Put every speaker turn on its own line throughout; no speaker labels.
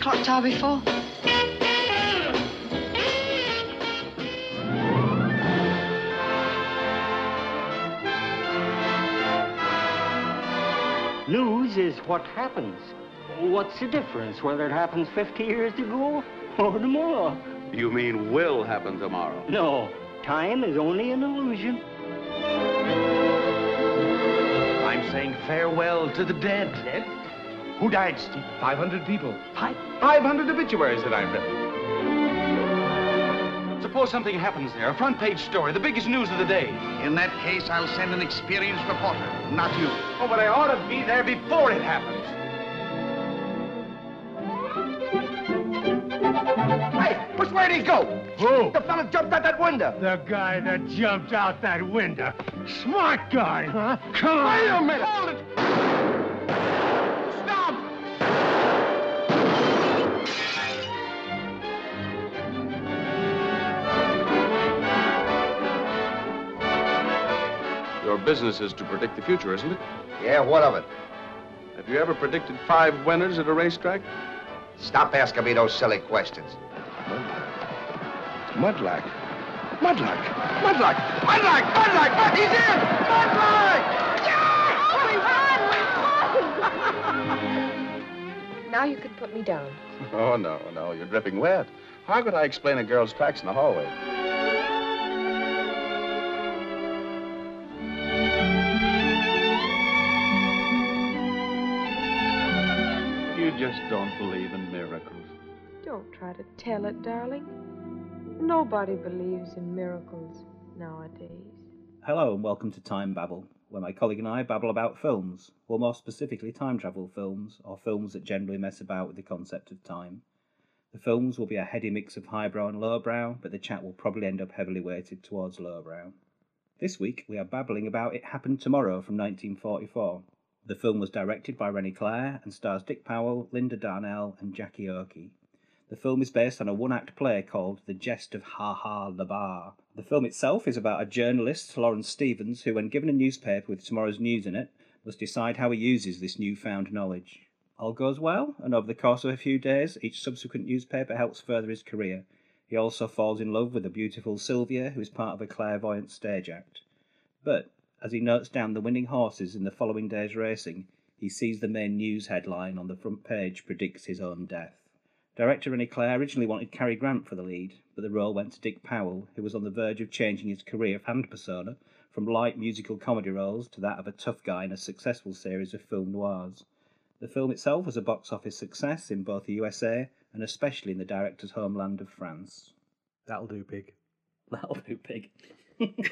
clock tower before?
News is what happens. What's the difference whether it happens 50 years ago or tomorrow?
You mean will happen tomorrow?
No, time is only an illusion.
I'm saying farewell to the dead. Dead? Who died, Steve? 500 people. Five? 500 obituaries that I've read. Suppose something happens there, a front page story, the biggest news of the day.
In that case, I'll send an experienced reporter, not you.
Oh, but I ought to be there before it happens. Hey, which way did he go?
Who?
The fella jumped out that window.
The guy that jumped out that window. Smart guy, huh? Come on. Wait a minute. Hold it.
Your business is to predict the future, isn't it?
Yeah, what of it?
Have you ever predicted five winners at a racetrack?
Stop asking me those silly questions. Mudlark. Mudlark. Mudlark. Mudlark. Mudlark. Mud- He's in. Mudlark.
Now you can put me down.
Oh, no, no. You're dripping wet. How could I explain a girl's tracks in the hallway? You just don't believe in miracles.
Don't try to tell it, darling. Nobody believes in miracles nowadays.
Hello and welcome to Time Babble, where my colleague and I babble about films, or more specifically time travel films, or films that generally mess about with the concept of time. The films will be a heady mix of highbrow and lowbrow, but the chat will probably end up heavily weighted towards lowbrow. This week we are babbling about It Happened Tomorrow from 1944. The film was directed by Rennie Clare and stars Dick Powell, Linda Darnell, and Jackie Oakey. The film is based on a one act play called The Jest of Ha Ha La Bar. The film itself is about a journalist, Lawrence Stevens, who, when given a newspaper with tomorrow's news in it, must decide how he uses this newfound knowledge. All goes well, and over the course of a few days, each subsequent newspaper helps further his career. He also falls in love with a beautiful Sylvia, who is part of a clairvoyant stage act. But, as he notes down the winning horses in the following day's racing, he sees the main news headline on the front page predicts his own death. Director Rennie Clare originally wanted Cary Grant for the lead, but the role went to Dick Powell, who was on the verge of changing his career and persona from light musical comedy roles to that of a tough guy in a successful series of film noirs. The film itself was a box office success in both the USA and especially in the director's homeland of France.
That'll do, pig.
That'll do, pig.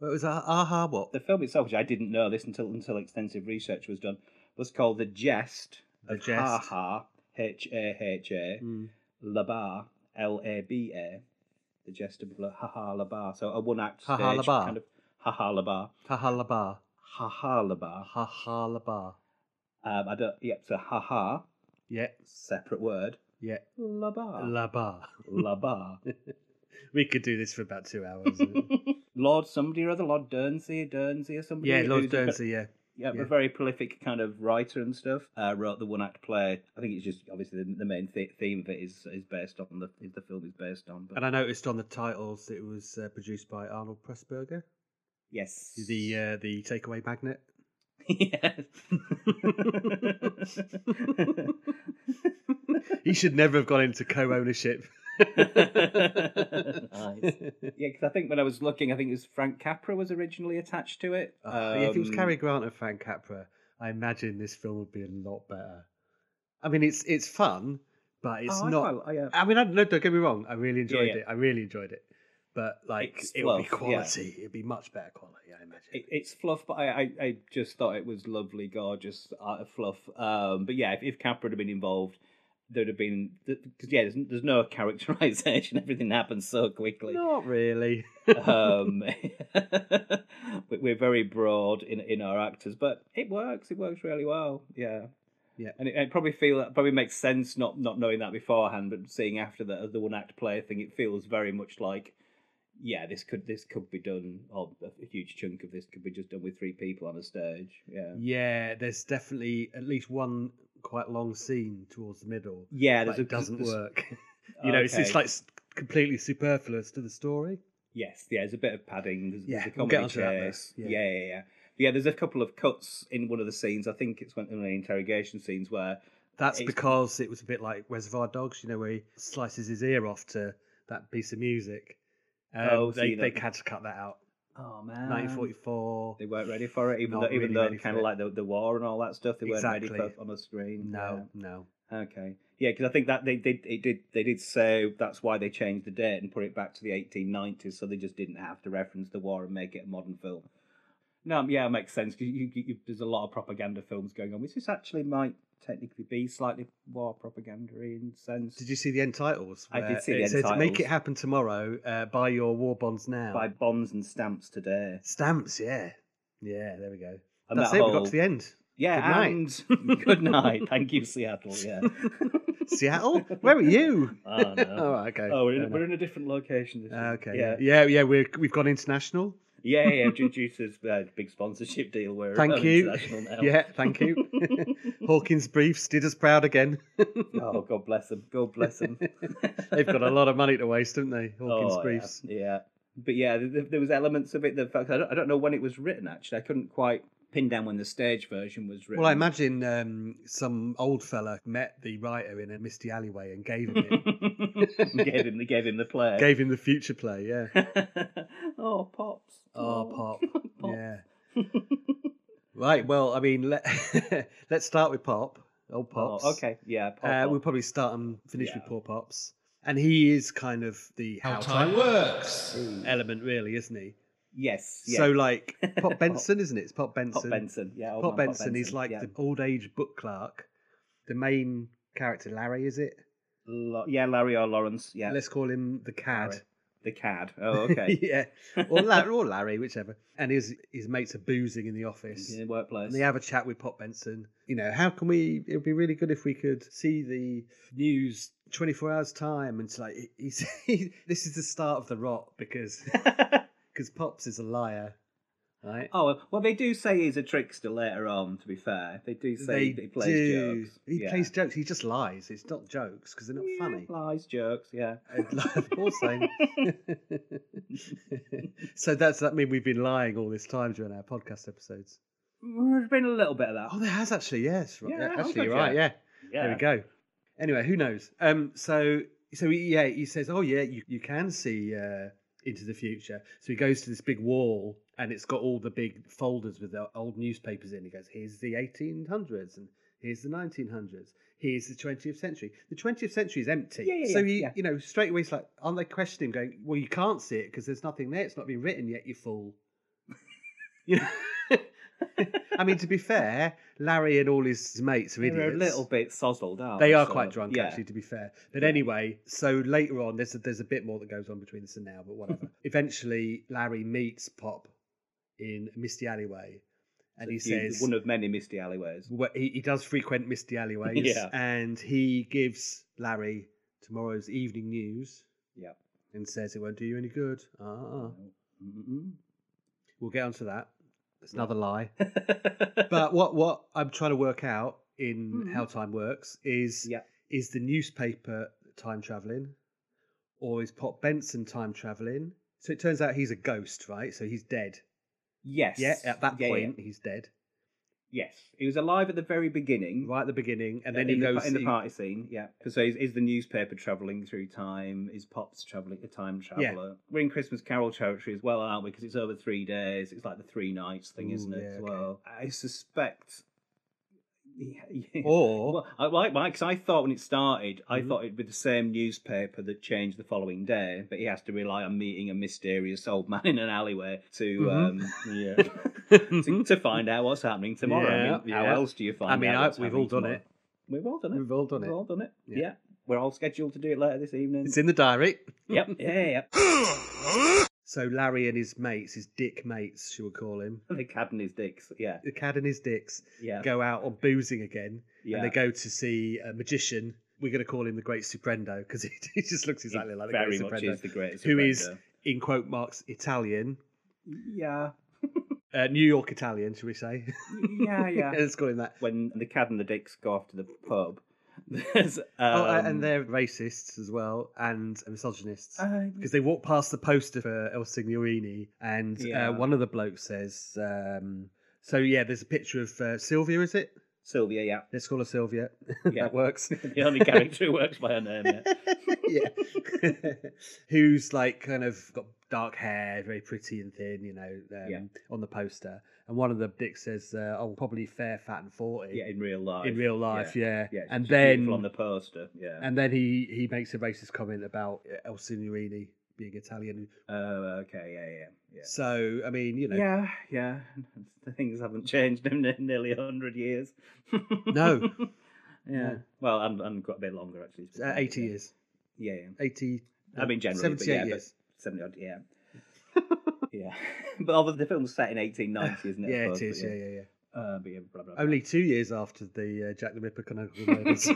Well, it was a- aha what?
The film itself, which I didn't know this until until extensive research was done, was called The Jest
The
of
Jest. Hmm.
Ha H A H A Labar L A B A. The Jest of La, Ha Ha Labar. So a one act
Ha Ha
stage
Labar.
kind of Ha Ha Labar.
Kahalaba.
Ha Ha Labar.
Hahalaba.
Um, I don't. Yep. So Ha Ha,
Yeah,
separate word.
yeah. Ah.
Labar.
Laba.
Labar.
We could do this for about two hours.
Lord somebody or other, Lord Dernsey, Dernsey or somebody.
yeah, Lord
who's a-
Dernsey, yeah.
yeah,
Yeah.
a very prolific kind of writer and stuff. Uh, wrote the one act play. I think it's just obviously the, the main th- theme of it is is based on the is the film is based on. But
And I noticed on the titles it was uh, produced by Arnold Pressburger,
yes,
the uh, the takeaway magnet.
yes.
He should never have gone into co-ownership.
Nice. Yeah, because I think when I was looking, I think it was Frank Capra was originally attached to it.
Ah, yeah, if it was
Um,
Cary Grant and Frank Capra, I imagine this film would be a lot better. I mean, it's it's fun, but it's
oh, I
not.
quite- oh, yeah.
I mean, I, no, don't get me wrong. I really enjoyed
yeah.
it. I really enjoyed it. But like,
It's
it would be
fluff, yeah.
quality. It'd be much better quality. I imagine.
It, it's fluff, but I, I, I just thought it was lovely, gorgeous uh, fluff. Um, but yeah, if, if Capra had been involved, there'd have been because yeah, there's, there's no characterization. Everything happens so quickly.
not really.
um, we- we're very broad in in our actors, but it works. It works really well. Yeah.
Yeah.
and it, and it probably feel probably makes sense not not knowing that beforehand, but seeing after the the one act play thing, it feels very much like, yeah, this could this could be done, or a huge chunk
Mm.
of this could be just done with three people on a stage. Yeah,
yeah, there's definitely at least one quite long scene towards the middle.
Yeah,
but
there's
it
a-
doesn't
there's-
work. you know, it's, it's
Okay.
like s- completely superfluous to the story.
Yes, yeah, there's a bit of padding. There's,
Yeah,
there's a
we'll
comedy
get onto that bit,
chase.
yeah.
Yeah. yeah, yeah, yeah. But yeah, there's a couple of cuts in one of the scenes. I think it's one of the interrogation scenes where
That's
It's-
because it was a bit like Reservoir Dogs, you know, where he slices his ear off to that piece of music. Um,
Oh, so
they
you
they
don't-
had to cut that out.
oh man,
1944.
They weren't ready for it, even
Not
though, even
really
though
ready for
kind
it.
of like the, the war and all that stuff, they weren't ready
Exactly.
for on the screen.
No, no.
Yeah. Okay. Yeah, because I think that they did. It did. They did so. That's why they changed the date and put it back to the 1890s, so they just didn't have to reference the war and make it a modern film. No, yeah, it makes sense because you, you, you, there's a lot of propaganda films going on, which this actually might technically be slightly war propaganda in sense.
Did you see the end titles?
I did
where
see the
it
end
said, Make it
titles."
happen tomorrow. Uh, buy your war bonds now.
buy bonds and stamps today?
Stamps, yeah. Yeah, there we go.
And
That's
that
it. We got
whole-
to the end.
Yeah,
Good
and good night. Thank you, Seattle. Yeah.
Seattle? Where are you?
Oh, no.
All right, okay.
Oh, we're
Fair
in, we're in a different location. This
enough. Uh, okay. Yeah,
Yeah.
yeah, yeah. We're, we've gone international.
Yeah, yeah. yeah due, due to this uh, big sponsorship deal, we're
Thank
uh,
you.
international now.
Yeah, thank you. Hawkins Briefs did us proud again.
oh, God bless them. God bless them. Oh,
They've got a lot of money to waste, haven't they? Hawkins Briefs.
Yeah. yeah. But yeah, th- th- there was elements of it. The fact I don't, I don't know when it was written. Actually, I couldn't quite pin down when the stage version was written.
Well, I imagine um, some old fella met the writer in a misty alleyway and gave him it.
gave him. They gave him the play.
gave him the future play, yeah.
oh, pops.
Oh, Pop.
Pop.
Yeah. right, well, I mean, let, let's start with Pop. Old Pops.
Oh, okay. Yeah. Pop,
Uh,
pop.
we'll probably start and finish
Yeah.
with Poor Pops. And he is kind of the how, time, works element, really, isn't he?
Yes. Yeah.
So, like, Pop
Pop-
Benson, isn't it? It's Pop
Pop
Benson.
Benson. Yeah. old
Pop
man
Benson, he's like
yeah.
the old age book clerk. The main character, Larry, is it?
Lo- yeah, Larry or Lawrence. Yeah.
Let's call him the cad.
Larry. The cad. Oh, okay.
yeah. Or, La- or Larry, whichever. And his, his mates are boozing in the office.
In the workplace.
And they have a chat with Pop Benson. You know, how can we? It would be really good if we could see the news 24 hours time. And it's like, he- he's, he, this is the start of the rot because because Pops is a liar, right?
oh well, they do say he's a trickster later on. To be fair, they do say that he plays
do.
jokes.
He
yeah.
plays jokes. He just lies. It's not jokes because they're not
Yeah,
funny.
Lies, jokes. Yeah.
also, so that's that mean we've been lying all this time during our podcast episodes.
There's been a little bit of that.
Oh, there has actually, yes, right.
Yeah, I've
actually,
got
you're right,
you.
yeah.
yeah.
There we go. Anyway, who knows? Um, so so he, yeah, he says, "Oh yeah, you, you can see uh, into the future." So he goes to this big wall, and it's got all the big folders with the old newspapers in. He goes, "Here's the 1800s, and here's the 1900s. Here's the 20th century. The 20th century is empty."
Yeah, yeah,
so
yeah,
he,
yeah.
you know, straight away he's like, "Aren't they questioning?" him, Going, "Well, you can't see it because there's nothing there. It's not been written yet. You fool." you know. I mean, to be fair, Larry and all his mates are
They're
idiots.
a little bit sozzled out.
They are
so-
quite drunk,
Oh, yeah.
actually, to be fair. But anyway, so later on, there's a, there's a bit more that goes on between this and now, but whatever. Eventually, Larry meets Pop in Misty Alleyway, and he
You-
says
one of many misty alleyways.
well, he, he does frequent Misty Alleyways,
Yeah.
and he gives Larry tomorrow's evening news.
Yep.
And says it won't do you any good. Ah,
Mm-mm.
we'll get onto that. That's another lie.
but
But what what I'm trying to work out in how time works is
Mm-hmm. Yeah.
is the newspaper time traveling, or is Pop Benson time traveling? So it turns out he's a ghost, right? So he's dead.
yes,
Yeah, at that
yeah.
point he's dead.
yes, he was alive at the very beginning.
Right at the beginning, and then he
in the,
goes
pa- in the
he-
party scene, yeah. So is, is the newspaper traveling through time? Is Pops traveling a time traveler? We're in Christmas Carol territory as well, aren't we? Because it's over three days. It's like the three nights thing,
Ooh,
isn't it?
yeah,
as
okay.
well, I suspect. Yeah, yeah.
Or
Well, I like because I thought when it started, I
Mhm.
thought it'd be the same newspaper that changed the following day, but he has to rely on meeting a mysterious old man in an alleyway to
Mhm.
um, to, to find out what's happening tomorrow. I mean,
Yeah,
how
yeah.
else do you find?
I mean,
out
I-
what's
we've
happening
all done
tomorrow?
it.
We've all done it.
We've all done
We've
it.
all done it.
Yeah.
Yeah. we're all scheduled to do it later this evening.
it's in the diary.
yep. Yeah. yeah.
So Larry and his mates, his dick mates, shall we call him,
the cat and his dicks. Yeah.
the cad and his dicks,
Yeah.
go out on boozing again.
yeah.
and they go to see a magician. We're going to call him the Great Suprendo because he, he just looks
It
exactly like the
very
Great
much
Suprendo,
is the greatest.
who is
Soprendo.
in quote marks Italian.
Yeah.
Uh, New York Italian, shall we say?
Yeah, yeah.
Let's call him that.
when the cad and the dicks go off to the pub, there's um,
oh, a- and they're racists as well and misogynists.
uh,
because they walk past the poster for El Signorini, and
Yeah.
uh, one of the blokes says, um, "So yeah, there's a picture of uh, Sylvia, is it?
Sylvia, yeah,
Let's call her Sylvia.
Yeah.
that works.
the only character who works by her name. Yeah.
yeah, who's like kind of got dark hair, very pretty and thin, you know, um,
Yeah.
on the poster. And one of the dicks says, uh, "I'll probably fair, fat, and 40
yeah, in real life.
in real life." Yeah,
yeah.
and
she's beautiful
then
on the poster, yeah.
and then he he makes a racist comment about uh, El Signorini being Italian.
oh, okay, yeah, yeah, yeah.
So I mean, you know.
Yeah, yeah. The things haven't changed in ne- nearly a hundred years.
No.
yeah.
No.
Well, and, and quite a bit longer actually. to be
Uh,
fair,
80
yeah.
years.
Yeah, yeah.
80.
I mean, generally, but
78
yeah, but-
years.
Seventy odd, yeah. yeah, but obviously the film's set in eighteen ninety, isn't it? I
yeah, it
suppose,
is.
but
Yeah, yeah, yeah.
Uh, but yeah, blah, blah, blah.
Only two years after the uh, Jack the Ripper canonical murders.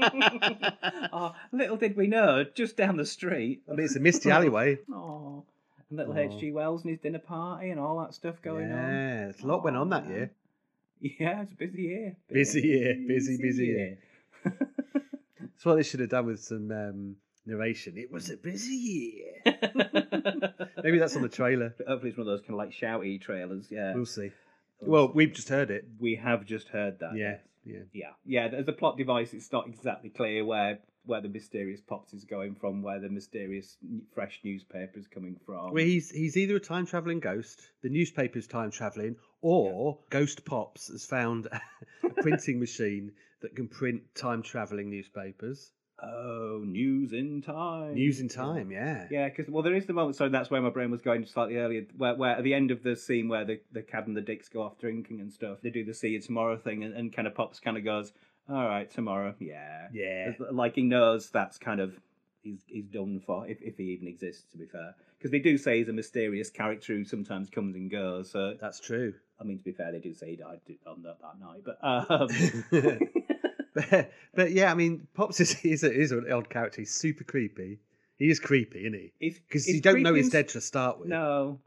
oh, little did we know, just down the street.
I mean, it's a misty alleyway.
Oh, and little
Aw.
H.G. Wells and his dinner party and all that stuff going on.
yeah, a lot went
Aw,
on that
man.
year.
Yeah, it's a busy year.
Busy year, busy, busy That's what they should have done with some um, narration. It was a busy year. Maybe that's on the trailer.
Hopefully, it's one of those kind of like shouty trailers. Yeah.
We'll see. Well, we've just heard it.
we have just heard that.
Yeah,
yes.
yeah.
yeah, yeah. As a plot device, it's not exactly clear where where the mysterious pops is going from, where the mysterious n- fresh newspaper is coming from.
Well, he's he's either a time traveling ghost, the newspaper's time traveling, or Ghost Pops has found a printing machine that can print time traveling newspapers.
oh, news in time.
News in time, yeah.
Yeah, because well, there is the moment. So that's where my brain was going slightly earlier. Where, where at the end of the scene where the the cab and the dicks go off drinking and stuff, they do the see you tomorrow thing, and, and kind of pops kind of goes, all right, tomorrow, yeah,
Yeah.
It's Like he knows that's kind of he's he's done for if, if he even exists. To be fair, because they do say he's a mysterious character who sometimes comes and goes. So
That's true.
I mean, to be fair, they do say he died on that, that night. But um,
but, but yeah, I mean, Pops is, is, a, is an odd character. He's super creepy. He is creepy, isn't he?
it's
Because
it's
you don't know
creepy
he's
and-
dead to start with.
No,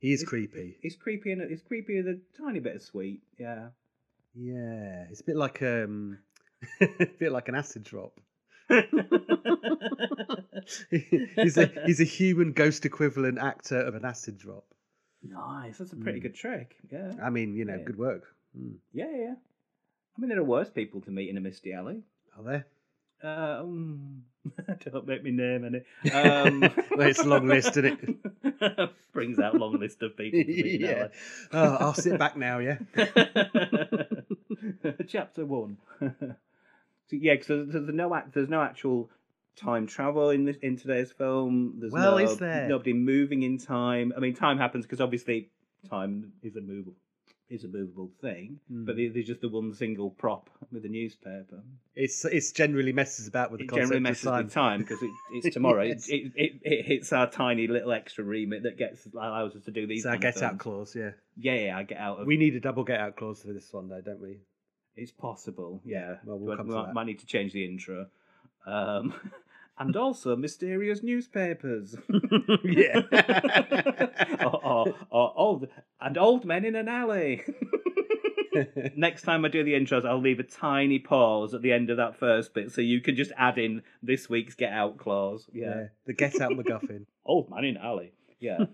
He is
It's-
creepy.
It's creepy and it's creepy with a tiny bit of sweet. Yeah.
Yeah. It's a bit like um, a bit like an acid drop. he's a he's a human ghost equivalent actor of an acid drop.
Nice. That's a pretty
Mm.
good trick. Yeah.
I mean, you know,
Yeah.
good work. Mm.
Yeah, yeah. I mean, there are worse people to meet in a misty alley.
Are there?
Uh, um, don't make me name any. Um,
Well, it's a long list, isn't
it? Brings out long list of people to meet in an
yeah. Oh, I'll sit back now. Yeah.
alley. Chapter one. so, yeah, because there's, there's no act, there's no actual time travel in this in today's film. There's
Well,
no,
is there?
nobody moving in time? I mean, time happens because obviously time is a movable is a movable thing,
Hmm.
but there- there's just the one single prop with the newspaper.
It's it's generally messes about with the
It
concept
generally
of
messes
time.
with time because it, it's tomorrow.
Yes.
it, it, it, it hits our tiny little extra remit that gets allows us to do these.
It's our
kind of
get out
films.
clause. Yeah.
Yeah, yeah, I get out of.
We need a double get out clause for this one, though, don't we?
It's possible. Yeah.
Well, we'll
Do I-
come to
might,
that.
might need to change the intro. Um, and also mysterious newspapers.
Yeah.
or, or, or old and old men in an alley. Next time I do the intros, I'll leave a tiny pause at the end of that first bit, so you can just add in this week's get out clause. Yeah.
The get out MacGuffin.
Old man in alley. Yeah.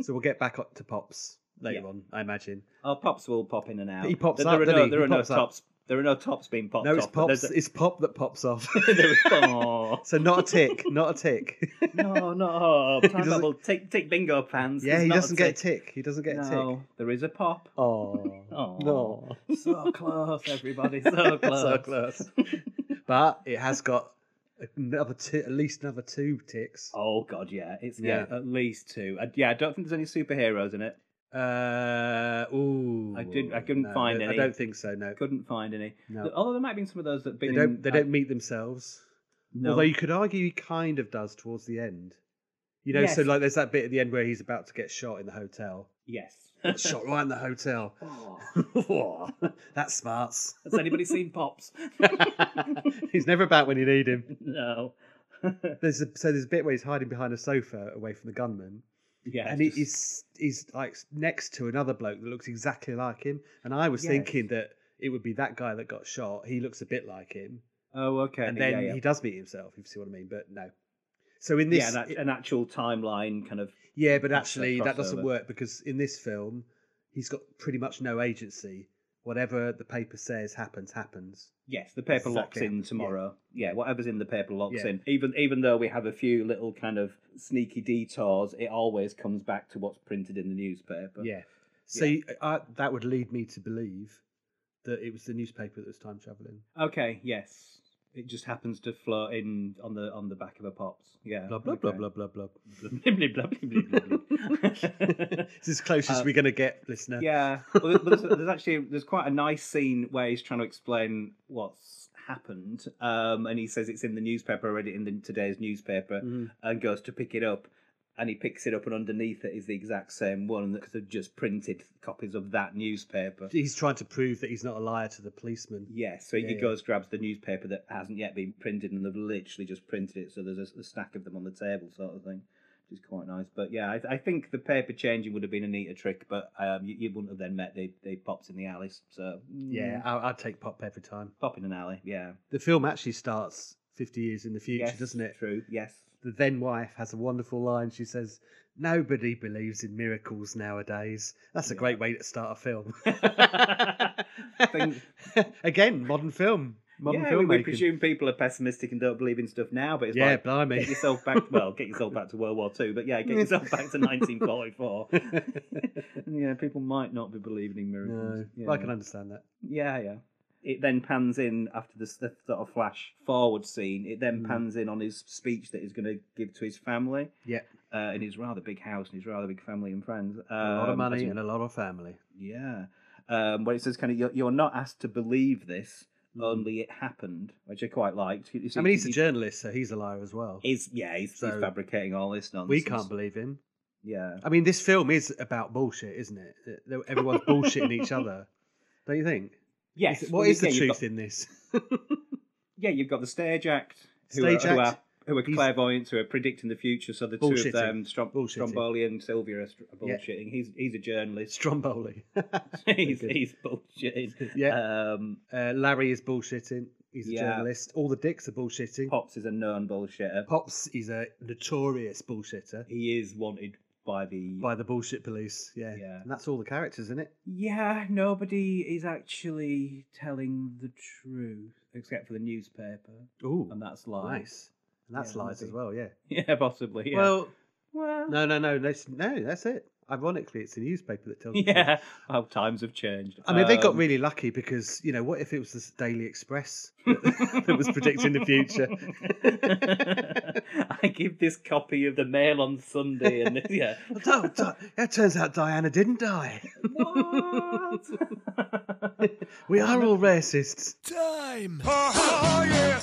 So we'll get back up to Pops later
Yeah.
on, I imagine.
oh, pops will pop in and out.
He pops
there,
up,
Are
doesn't
no,
he?
There
He
are no
pops up.
tops. There are no tops being popped
no, it's
off, but
Pops.
there's a-
It's Pop that pops off.
there is- Aw.
so not a tick, not a tick.
No, no. Time
doesn't-
bubble. Tick, tick, bingo fans.
yeah,
There's
he
not a
doesn't get a tick. He doesn't get a
no,
tick.
there is a pop.
Oh,
Aw.
no.
So close, everybody. So close.
so close. but it has got another two, at least another two ticks.
Oh god, yeah. It's yeah,
Yeah.
at least two. I, yeah, I don't think there's any superheroes in it.
Uh, ooh.
I didn't- I couldn't
no,
find
I
any.
don't think so. No,
Couldn't find any.
no.
Although there might have been some of those that
They
been
don't.
in-
They
uh,
don't meet themselves.
no.
Although you could argue he kind of does towards the end. You know, so
Yes.
like there's that bit at the end where he's about to get shot in the hotel.
yes.
Got shot right in the hotel.
Oh,
That's smarts.
has anybody seen pops?
he's never about when you need him.
no.
There's a, so there's a bit where he's hiding behind a sofa away from the gunman.
Yeah,
and
it's
he- he's he's like next to another bloke that looks exactly like him. And I was thinking that it would be that guy that got shot. He looks a bit like him,
Oh, okay.
and then
yeah, yeah.
he does meet himself. If you see what I mean, but no. So in this,
yeah, an, act- an actual timeline kind of.
Yeah, but
That's a
actually, that
crossover.
doesn't work because in this film, he's got pretty much no agency. Whatever the paper says happens, happens.
Yes, the paper locks
Exactly.
in
Yeah.
tomorrow. Yeah. whatever's in the paper locks
Yeah.
in. Even even though we have a few little kind of sneaky detours, it always comes back to what's printed in the newspaper.
yeah. So you- I, that would lead me to believe that it was the newspaper that was time traveling.
Okay. Yes. It just happens to float in on the on the back of a pops. Yeah.
Blah blah blah
okay.
blah blah blah.
Blim, blim, blah, blim, blim, blim, blim.
It's as close as we're going to get, listener.
Yeah, well, there- but there's, there's actually there's quite a nice scene where he's trying to explain what's happened, um, and he says it's in the newspaper already in the, today's newspaper,
Mm-hmm.
and goes to pick it up, and he picks it up, and underneath it is the exact same one because they've just printed copies of that newspaper.
He's trying to prove that he's not a liar to the policeman.
Yeah, so he goes grabs the newspaper that hasn't yet been printed, and they've literally just printed it. So there's a, a stack of them on the table, sort of thing, which is quite nice. But yeah, I, I think the paper changing would have been a neater trick, but um, you, you wouldn't have then met the, the pops in the alleys. So mm,
Yeah, I, I'd take pop every time.
pop in an alley. Yeah,
The film actually starts 50 years in the future,
yes,
doesn't it?
True. Yes.
the then wife has a wonderful line. She says, "Nobody believes in miracles nowadays." That's a great way to start a film.
Things-
Again, modern film, modern
yeah, we, we
filmmaking.
presume people are pessimistic and don't believe in stuff now, but it's
yeah,
like
blimey.
get yourself back. Well, get yourself back to World War Two, but yeah, get yourself back to 1944. yeah, people might not be believing in miracles.
no,
yeah.
I can understand that.
yeah, yeah. It then pans in after this the sort of flash forward scene. It
Mm.
then pans in on his speech that he's going to give to his family
Yeah,
uh, in his rather big house and his rather big family and friends. Um,
a lot of
as
money
he-
and a lot of family.
yeah. Um, where it says kind of you're, you're not asked to believe this, only it happened, which I quite liked. You see,
Mm. I mean, he's a
he-
journalist, so he's a liar as well.
he's- yeah, he's, he's
So-
fabricating all this nonsense.
We can't believe him.
Yeah.
I mean, this film is about bullshit, isn't it? Uh, Everyone's bullshitting each other, don't you think?
Yes.
What
well,
is the
yeah, you've
truth
got-
in this?
yeah, you've got the stage act, who
Stage
are,
act.
who are, who are
He's-
clairvoyant, who are predicting the future. So the two of
Bullshitting.
them, Strom-
Bullshitting.
Stromboli and Sylvia, are str-
Yeah.
bullshitting. He's he's a journalist.
Stromboli.
he's,
good.
he's bullshitting.
Yeah.
Um,
Uh, Larry is bullshitting. He's a
Yeah.
journalist. All the dicks are bullshitting.
Pops is a known bullshitter.
Pops is a notorious bullshitter
He is wanted by the
by the bullshit police. Yeah.
Yeah.
And that's all the characters, isn't it?
Yeah, nobody is actually telling the truth except for the newspaper,
Ooh.
and that's lies.
nice. And that's
Yeah,
lies as
maybe.
well, yeah.
Yeah, possibly. Yeah.
Well,
Well,
no, no, no. That's, no, that's it. Ironically, it's the newspaper that tells the truth.
yeah. How times have changed.
I mean, they got
Um,
really lucky because, you know, what if it was the Daily Express that, that was predicting the future?
I give this copy of the Mail on Sunday, and yeah,
Di- Di- It turns out Diana didn't die.
what?
We are all racists.
time. Oh, oh, yeah.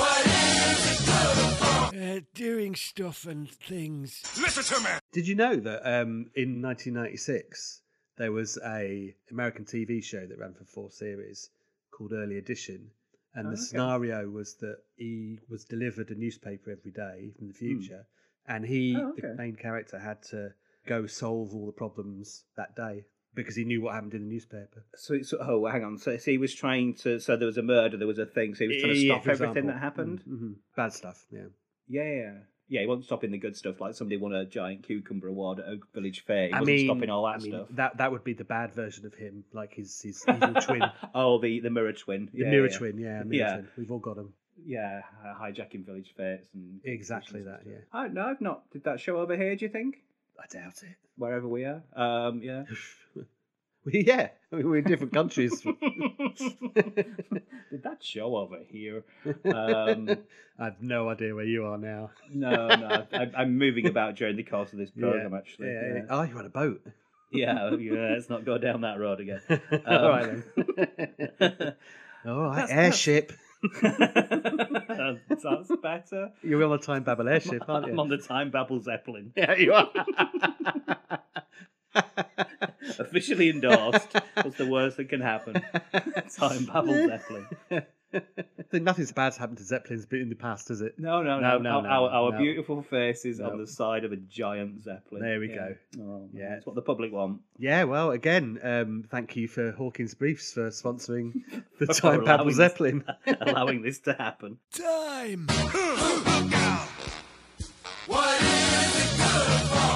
What is it uh, doing stuff and things. Listen to me.
Did you know that um, in 1996 there was a American TV show that ran for four series called Early Edition, and
Oh,
the scenario was that he was delivered a newspaper every day from the
Hmm.
future, and he,
Oh,
the
okay.
main character, had to go solve all the problems that day because he knew what happened in the newspaper.
so, so, oh, hang on. So, so he was trying to. So there was a murder. There was a thing. So he was trying to
Yeah,
stop
for
everything
example.
that happened.
Mhm. Bad stuff. Yeah.
Yeah, yeah. Yeah, he wasn't stopping the good stuff. Like somebody won a giant cucumber award at a village fair. He
I
wasn't
mean,
stopping all that
I mean,
stuff.
That that would be the bad version of him, like his his evil twin, the
oh, the, the mirror twin. yeah,
mirror
yeah.
twin. Yeah, mirror
Yeah.
twin. We've all got him.
Yeah, uh, hijacking village fairs and
Exactly
competitions and
that,
stuff.
yeah.
I don't know. I've not did that show over here. Do you think
I doubt it.
wherever we are? Um, yeah.
We- yeah, I mean, we're in different countries.
did that show over here? Um,
I've no idea where you are now.
no, no. I, I'm moving about during the course of this program.
Yeah,
Actually,
yeah, yeah. Oh, you're on a boat.
yeah. oh, yeah, Let's not go down that road again.
All right
then.
All right,
That's-
airship.
Sounds better.
You're on a time Babel airship, aren't you?
I'm on the time Babel Zeppelin.
yeah, you are.
Officially endorsed as the worst that can happen. time Babel Zeppelin.
think nothing's bad's happened to Zeppelins in the past, has it?
No, no,
No,
no,
no,
Our,
no,
our, our
no.
beautiful faces
No.
on the side of a giant zeppelin.
There we
Yeah.
go.
Oh,
Yeah.
yeah, that's what the public want.
Yeah, well, again, um, thank you for Hawkins Briefs for sponsoring the
For
Time
allowing
Babble
us-
Zeppelin.
allowing this to happen.
Time. Look out.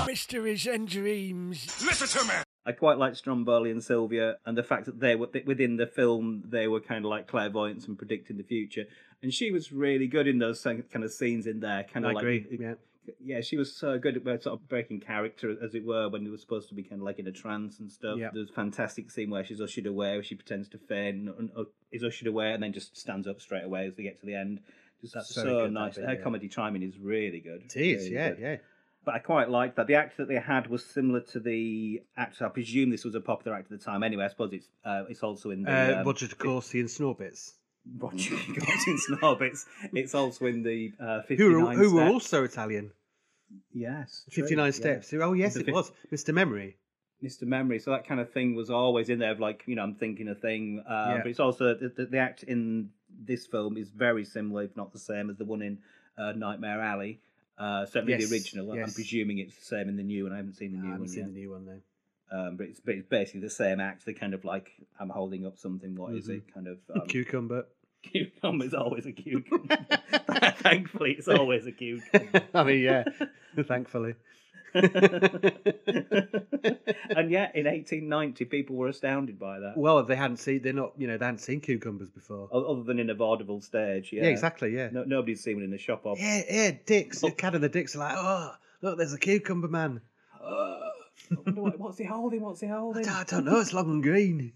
Mysteries and dreams. Listen to me.
I quite like Stromboli and Sylvia, and the fact that they were that within the film. They were kind of like clairvoyants and predicting the future, and she was really good in those kind of scenes in there. Kind of
I
like,
agree. Yeah.
yeah, she was so good at sort of breaking character, as it were, when it was supposed to be kind of like in a trance and stuff.
Yeah.
There's a fantastic scene where she's ushered away, where she pretends to faint, and, and is ushered away, and then just stands up straight away as they get to the end. Just
That's
so
very good, that
nice.
bit,
Her
yeah.
comedy timing is really good.
It is,
Really
yeah,
good.
yeah.
But I quite liked that. The actor that they had was similar to the actor. I presume this was a popular actor at the time. Anyway, I suppose it's uh, it's also in the
Uh,
um,
Roger De Courcy and Snorbits,
Roger Corkin's Snobbits. It's also in the uh, fifty
who
nine.
were, who were also Italian.
yes, true,
Fifty
yeah.
Nine Steps. Oh yes,
The
it
fif-
was Mr. Memory.
Mr. Memory. So that kind of thing was always in there. Of like, you know, I'm thinking a thing. Uh,
Yeah.
But it's also the, the, the act in this film is very similar, if not the same, as the one in uh, Nightmare Alley. Uh, certainly
Yes,
the original. I'm
yes.
presuming it's the same in the new, and I haven't seen the
I
new
haven't
one
Ah, seen
yet.
the new one though.
Um, but it's, but it's basically the same act. They kind of like, I'm holding up something. What
Mm-hmm.
is it? Kind of um,
Cucumber.
cucumber is always a cucumber. Thankfully, it's always a cucumber.
I mean, yeah. Thankfully.
and yet, in 1890, people were astounded by that.
Well, if they hadn't seen, they're not, you know, they hadn't seen cucumbers before.
O- other than in a vaudeville stage. Oh, Yeah,
yeah. exactly. Yeah.
No, nobody's seen one in a shop. Or...
Yeah, yeah. Dicks, the cat and the dicks are like, oh, look, there's a cucumber man.
What's he holding? What's he
I
holding?
don't, I don't know. It's long and green.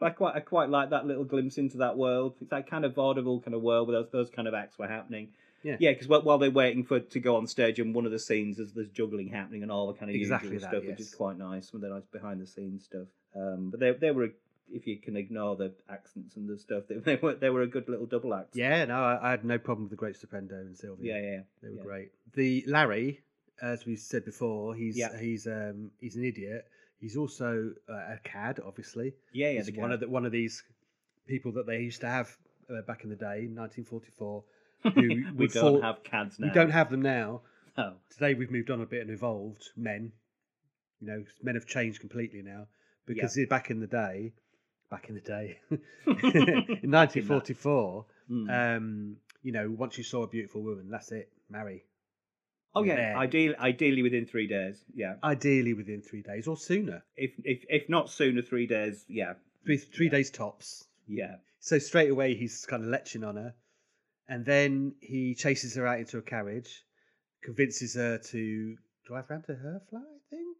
I quite, I quite like that little glimpse into that world. It's that kind of vaudeville kind of world where those, those kind of acts were happening.
Yeah.
yeah, because while, while they're waiting for to go on stage, and one of the scenes is there's juggling happening and all the kind of
Exactly
usual
that,
stuff, which
yes.
is quite nice. Some of the nice behind the scenes stuff. Um, but they they were, if you can ignore the accents and the stuff, they, they were they were a good little double act.
Yeah, no, I, I had no problem with the Great Stupendo and Sylvia.
yeah, yeah.
They were
yeah.
great. The Larry, as we said before, he's
Yeah.
he's um he's an idiot. He's also uh, a cad, obviously.
yeah, yeah.
he's
The
one of the, one of these people that they used to have uh, back in the day, 1944. Who
cad. we
would
don't
fall-
have cads now. Oh.
We don't have them now.
No.
Today we've moved on a bit and evolved. Men, you know, men have changed completely now because back in the day, back in the day, in 1944.
Mm.
um, you know, once you saw a beautiful woman, that's it, marry.
oh yeah,
yeah.
ideally, ideally within three days. Yeah,
Ideally within three days or sooner,
if if if not sooner, three days. Yeah,
three three days tops.
yeah.
So straight away he's kind of leching on her, and then he chases her out into a carriage, convinces her to drive round to her flat. I think.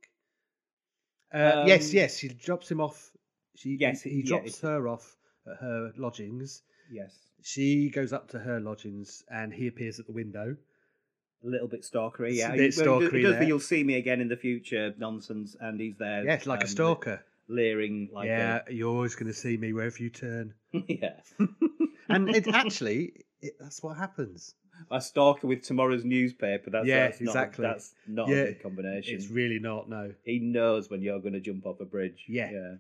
Uh, yes,
Um,
yes, she drops him off. She
Yes,
he,
yeah,
drops
it's-
her off at her lodgings.
Yes.
She goes up to her lodgings, and he appears at the window.
A little bit stalkery, yeah.
bit
He- well, he does-
stalkery
he does the
there.
you'll see me again in the future nonsense, and he's there.
Yes, like
um,
a stalker.
leering, like
yeah, you're always going to see me wherever you turn.
a, yeah,
And it actually, it, that's what happens.
a stalker with tomorrow's newspaper. That's
Yeah,
that's not-
exactly.
that's not
Yeah,
a good combination.
It's really not, no.
he knows when you're going to jump off a bridge.
Yeah.
yeah.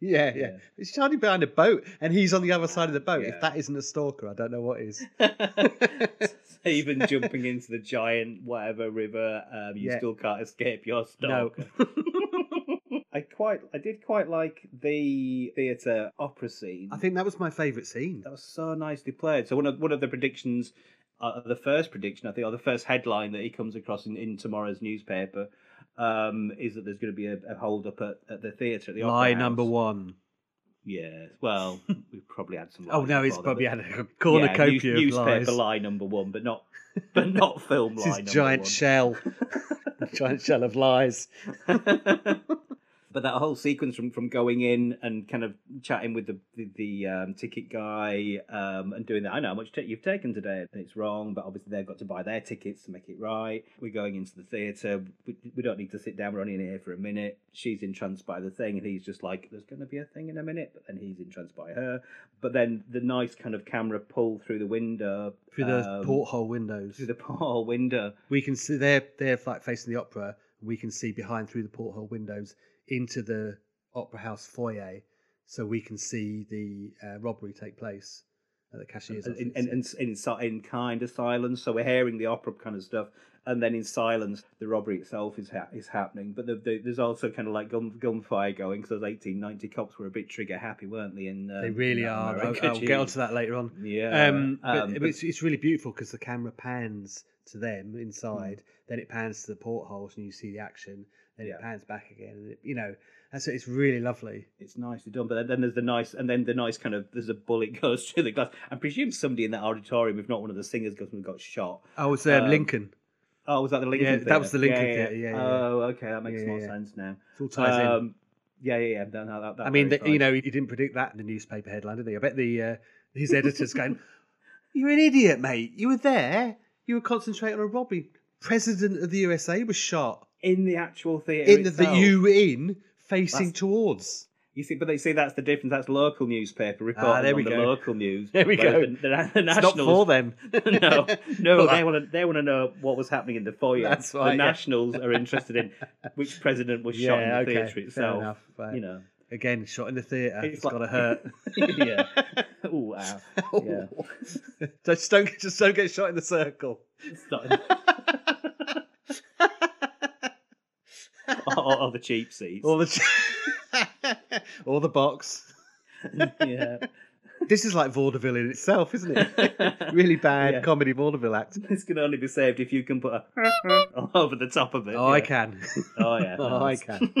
Yeah, yeah.
Yeah.
It's hiding behind a boat, and he's on the other side of the boat.
Yeah.
If that isn't a stalker, I don't know what is.
Even jumping into the giant whatever river, um, you
Yeah.
still can't escape your
No.
stalker. I quite, I did quite like the theatre opera scene.
I think that was my favourite scene.
That was so nicely played. So one of one of the predictions, uh, the first prediction I think, or the first headline that he comes across in, in tomorrow's newspaper, um, is that there's going to be a, a hold up at, at the theatre at the
Lie
Opera House.
number one.
Yes. Well, we've probably had some.
Oh
lies
no, he's
before,
probably
haven't
had
we?
a
Yeah,
cornucopia
news- newspaper
of lies.
lie number one, but not but not film
It's
lie
his
number
giant
one.
shell, giant shell of lies.
but that whole sequence from, from going in and kind of chatting with the the, the um, ticket guy um, and doing that, I know how much t- you've taken today, and it's wrong, but obviously they've got to buy their tickets to make it right. We're going into the theatre. We, we don't need to sit down. We're only in here for a minute. She's entranced by the thing, and he's just like, "There's going to be a thing in a minute," but then he's entranced by her. But then the nice kind of camera pull through the window,
Through the
um,
porthole windows,
through the porthole window.
we can see they're they're like facing the opera. We can see behind through the porthole windows into the opera house foyer, so we can see the uh, robbery take place. at the cashier's
and,
office.
and, and, and in, si- in kind of silence. So we're hearing the opera kind of stuff, and then in silence, the robbery itself is ha- is happening. But the, the, there's also kind of like gun gunfire going because those 1890 cops were a bit trigger happy, weren't they? In um,
they really
in
are. I'll,
America,
I'll get
gee.
onto that later on.
Yeah,
um, but,
um,
but
but- Mm.
it's, it's really beautiful because the camera pans to them inside, then it pans to the portholes, and you see the action. Then
Yeah.
it pans back again, and it, you know, and so it's really lovely.
it's nicely done. But then, then there's the nice, and then the nice kind of there's a bullet goes through the glass. I presume somebody in that auditorium, if not one of the singers, got got shot.
Oh, it's um,
Um,
Lincoln.
Oh, was that the Lincoln?
Yeah, that was the
Theatre?
Lincoln Theatre, yeah, yeah,
Oh, okay, that makes
Yeah,
more
yeah.
sense now.
It all ties
um,
in.
Yeah, yeah, yeah. no, no, that- that
I mean, the,
verifies.
you know, he didn't predict that in the newspaper headline, did he? I bet the uh, his editor's going, "You're an idiot, mate. You were there. You were concentrating on a robbery. President of the USA was shot
in the actual theatre
in the, that
itself.
you were in, facing
That's-
towards."
You see, but they see that's the difference. That's local newspaper reporting
Ah, there we
on the
go.
local news.
There we
whereas
go.
The, the, the
It's not for
nationals.
them.
no, no,
Well,
they want to. They want to know what was happening in the foyer.
That's
the
right, yeah.
nationals are interested in which president was shot in the
Yeah, okay,
theatre
fair
itself.
enough, right.
You know,
Again, shot in the theatre.
It's
it's
like-
got to hurt.
yeah. Oh wow. Yeah.
just don't just don't get shot in the circle.
It's not- or, or- or the cheap seats.
Or the or the box.
yeah.
This is like vaudeville in itself, isn't it? really bad
Yeah.
comedy vaudeville act.
This can only be saved if you can put a all over the top of it.
Oh,
yeah.
I can.
Oh yeah.
Oh, I
nice.
can.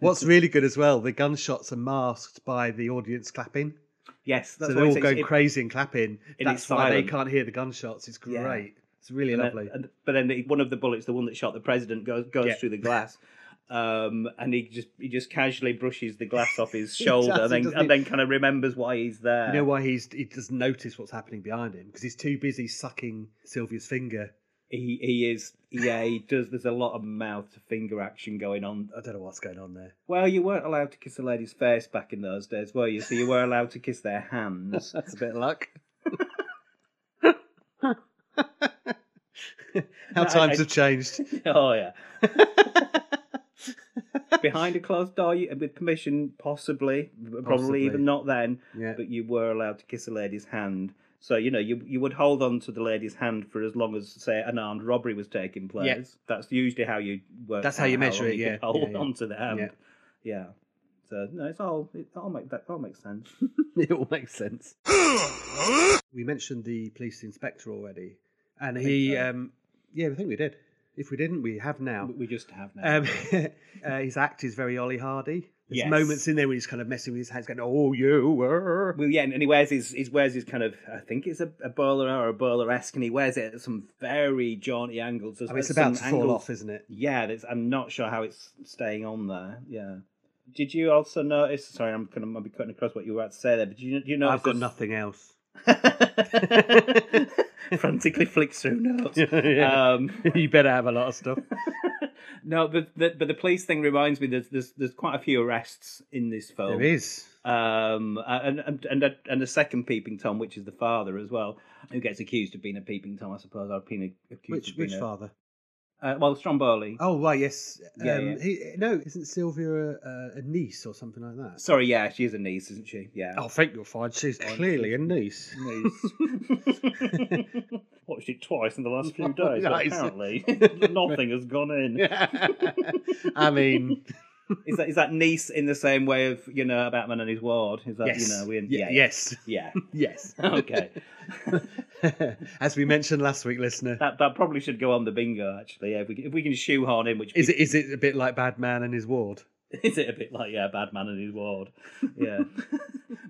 What's really good as well, the gunshots are masked by the audience clapping.
yes, that's what
so they're
it
all
says.
going
It-
crazy and clapping.
it's
That's why they
silent.
can't hear the gunshots. It's great.
Yeah.
It's really
and
lovely.
then- uh, and- but then the, one of the bullets, the one that shot the president, goes goes
Yeah.
through the glass. Um, and he just he just casually brushes the glass off his shoulder,
does, he
and then
doesn't
and
he?
then kind of remembers why he's there.
you know why he's he doesn't notice what's happening behind him because he's too busy sucking Sylvia's finger.
He he is yeah he does. There's a lot of mouth to finger action going on.
I don't know what's going on there.
Well, you weren't allowed to kiss a lady's face back in those days, were you? So you were allowed to kiss their hands.
That's a bit of luck. How
No, I- I-
times have changed.
oh yeah. Behind a closed door, you, with permission, possibly, probably,
Possibly.
even not then.
Yeah.
But you were allowed to kiss a lady's hand. So you know you you would hold on to the lady's hand for as long as say an armed robbery was taking place.
Yeah.
That's usually how you work.
That's how you measure it, yeah.
hold
Yeah, yeah.
on to the hand.
Yeah.
Yeah. So no, it's all it all make that all makes sense.
it all makes sense. we mentioned the police inspector already, and he, um, yeah, I think we did. If we didn't, we have now.
we just have now.
Um, uh, his act is very Ollie Hardy. There's
Yes.
moments in there where he's kind of messing with his hands, going, "Oh, you were."
Well, yeah, and and he wears his he wears his kind of I think it's a, a bowler or a bowler esque, and he wears it at some very jaunty angles. There's-
I mean, Oh, it's
there's
about to
some
fall
angles-
off, isn't it?
Yeah, that's, I'm not sure how it's staying on there. Yeah. Did you also notice? Sorry, I'm gonna be cutting across what you were about to say there, but do you do you know?
I've got nothing else.
Frantically flicks through notes.
Yeah.
Um,
you better have a lot of stuff.
no, but the, but the police thing reminds me. There's there's there's quite a few arrests in this film.
There is.
um, and and and a, and a second peeping tom, which is the father as well, who gets accused of being a peeping tom, I suppose. I've been accused
Which
of being
which
a-
father?
Uh, well, Stromboli.
Oh, right, yes.
Yeah,
um,
yeah.
He, no, isn't Sylvia a, a niece or something like that?
Sorry, yeah, she is a niece, isn't she? Yeah.
I think you'll find she's clearly a niece.
Watched it twice in the last few days, but
Nice.
apparently nothing has gone in.
I mean,
Is that is that niece in the same way of you know Batman and his ward? Is that
yes.
you know we
Ye-
yeah
yes,
yeah
yes.
okay
As we mentioned last week, listener,
that that probably should go on the bingo actually yeah, if we if we can shoehorn in which
is
we
it is it a bit like Bad Man and his ward?
Is it a bit like yeah, bad man and his ward? Yeah.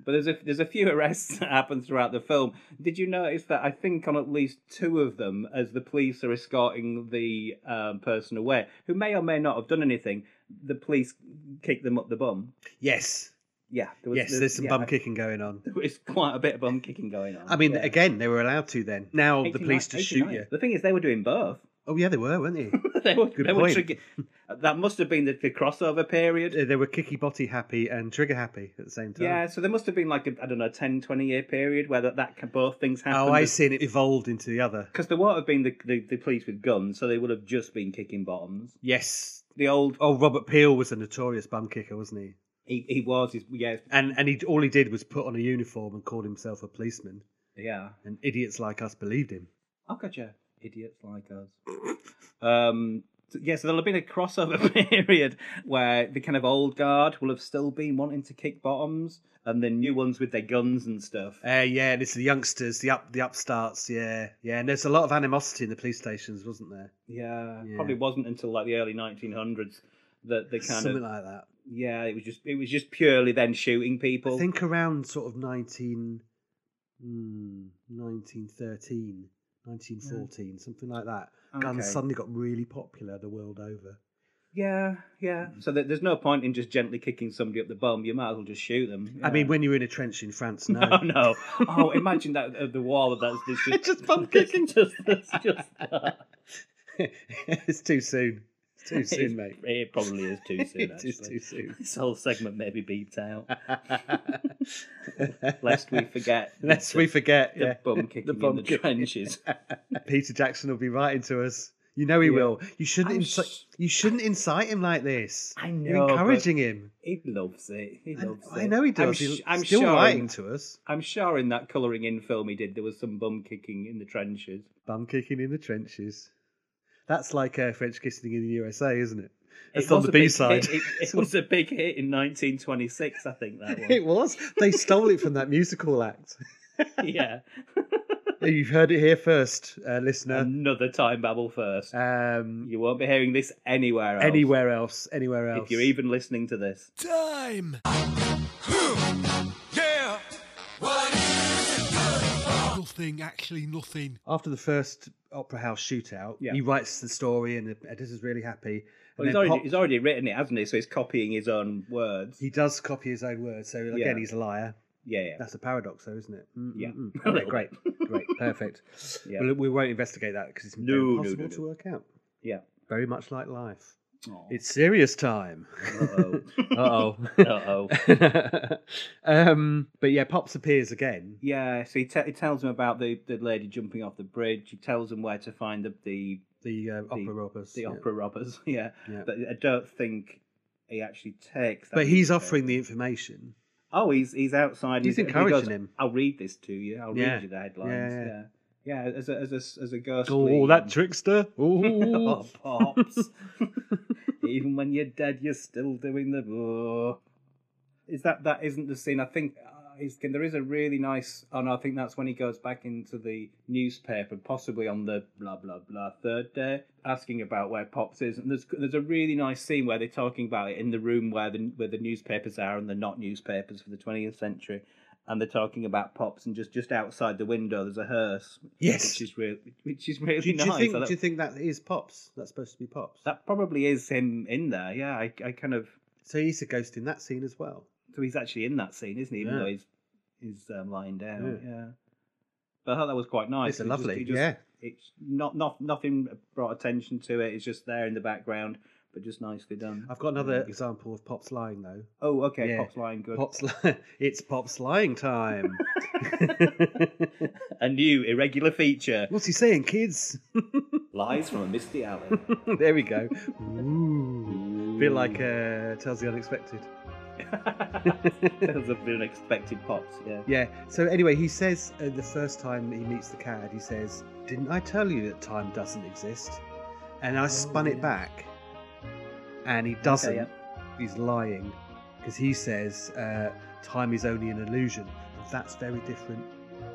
but there's a there's a few arrests that happen throughout the film. Did you notice that I think on at least two of them, as the police are escorting the um, person away, who may or may not have done anything, the police kick them up the bum.
Yes,
Yeah. There
yes. There's some
yeah,
bum kicking going on.
There was quite a bit of bum kicking going on.
I mean,
yeah.
again, they were allowed to then. Now the
89
police just shoot
89.
you.
The thing is, they were doing both.
Oh yeah, they were, weren't they?
they were.
Good
they were
point.
trigger- that must have been the, the crossover period.
Uh, they were kicky botty happy and trigger happy at the same time.
Yeah, so there must have been like a, I don't know, 10, 20 year period where that, that can- both things happened.
Oh, I see. And it evolved into the other.
Because there won't have been the, the, the police with guns, so they would have just been kicking bottoms.
Yes.
The old
Oh, Robert Peel was a notorious bum kicker, wasn't he?
He, he was, his, yeah,
And and he all he did was put on a uniform and called himself a policeman.
yeah.
And idiots like us believed him.
I'll catch you, idiots like us. um, so- yeah, so there'll have been a crossover period where the kind of old guard will have still been wanting to kick bottoms, and the new ones with their guns and stuff.
Uh, yeah, and it's the youngsters, the up the upstarts. Yeah, yeah. And there's a lot of animosity in the police stations, wasn't there?
Yeah,
Yeah.
probably wasn't until like the early 1900s that they kind
Something
of
like that.
yeah, it was just it was just purely then shooting people.
I think around sort of 19, hmm, 1913, 1914, something like that.
Okay.
Guns suddenly got really popular the world over.
Yeah, yeah. Mm. So that there's no point in just gently kicking somebody up the bum. You might as well just shoot them.
I mean,
Yeah.
when you're in a trench in France, no.
no, no. Oh, imagine that at the wall. That's it's just,
Just bum
it's
kicking.
Just, it's just that.
it's too soon. It's too soon, mate.
It probably is too soon.
It
actually.
is too soon.
This whole segment may be beeped out, lest we forget. the-
Lest we forget.
the
yeah.
bum kicking
bum
in the
kick-
trenches.
Peter Jackson will be writing to us. You know he will. You shouldn't.
I'm
Inci-
s-
you shouldn't incite him like this.
I
You're
know, but-
encouraging him.
He loves it. He
I,
loves it.
I know he does.
I'm,
He's
sh- I'm
still
sure.
writing
In,
to us.
I'm sure in that colouring in film he did, there was some bum kicking in the trenches.
Bum kicking in the trenches. That's like uh, French kissing in the USA, isn't it? It's
It
on
was
the
a big
B side.
hit. It, it was a big hit in 1926, I think that
It
one.
was. They stole it from that musical act.
yeah.
You've heard it here first, uh, listener.
Another time babble first.
Um,
you won't be hearing this anywhere else.
anywhere else? Anywhere else?
If you're even listening to this.
Time. yeah. What is it Nothing, actually nothing.
after the first opera house shootout,
Yeah.
he writes the story, and the editor's really happy.
Well,
And
he's,
then
already,
Pop-
he's already written it, hasn't he? So he's copying his own words.
he does copy his own words. So again,
Yeah.
he's a liar.
yeah, yeah.
That's a paradox, though, isn't it? Mm,
Yeah.
mm, mm.
A
Okay,
little
great, great, perfect.
Yeah.
Well, we won't investigate that because it's
No, no, no,
impossible
no.
to work out.
Yeah.
Very much like life.
Aw.
It's serious time.
Uh-oh.
Uh
Uh-oh.
oh. um, but yeah, Pops appears again.
Yeah, so he, te- he tells him about the, the lady jumping off the bridge. He tells him where to find the the,
The uh, opera robbers.
the
yeah.
opera robbers. Yeah.
Yeah.
but I don't think he actually takes. that
But he's
newspaper.
offering the information.
Oh, he's he's outside. and
He's
he
encouraging
goes,
him.
I'll read this to you. I'll
Yeah.
read you the headlines.
Yeah,
Yeah,
yeah.
yeah. as a as a as a ghost.
Oh, that trickster! Oh,
Oh, pops. Even when you're dead, you're still doing the. Oh. Is that that isn't the scene? I think uh, is can there is a really nice. Oh no, I think that's when he goes back into the newspaper, possibly on the blah blah blah third day, asking about where pops is. And there's there's a really nice scene where they're talking about it in the room where the where the newspapers are and they're not newspapers for the 20th century. And they're talking about pops, and just, just outside the window, there's a hearse.
Yes.
which is really, which is really
do, you- do
nice.
you
I
think?
love-
Do you think that is Pops? That's supposed to be Pops.
that probably is him in there. Yeah, I, I kind of
So he's a ghost in that scene as well.
so he's actually in that scene, isn't he? Even
Yeah.
though he's he's um, lying down.
Yeah.
Yeah. But I thought that was quite nice.
It's a
It just-
lovely,
it just-
yeah.
It's not not nothing brought attention to it. It's just there in the background, but just nicely done.
I've got another example of Pops lying though.
Oh, okay.
Yeah.
Pop's lying good.
Um, Pops, li- it's Pops lying time.
A new irregular feature
What's he saying, kids?
lies from a misty alley.
there we go. Ooh. Bit like uh, tells the unexpected.
Sounds like an expected pops. Yeah.
Yeah. So anyway, he says uh, the first time he meets the cad, he says, "Didn't I tell you that time doesn't exist?" And I spun it
yeah.
back, and he doesn't.
yeah.
He's lying because he says uh, time is only an illusion. And that's very different.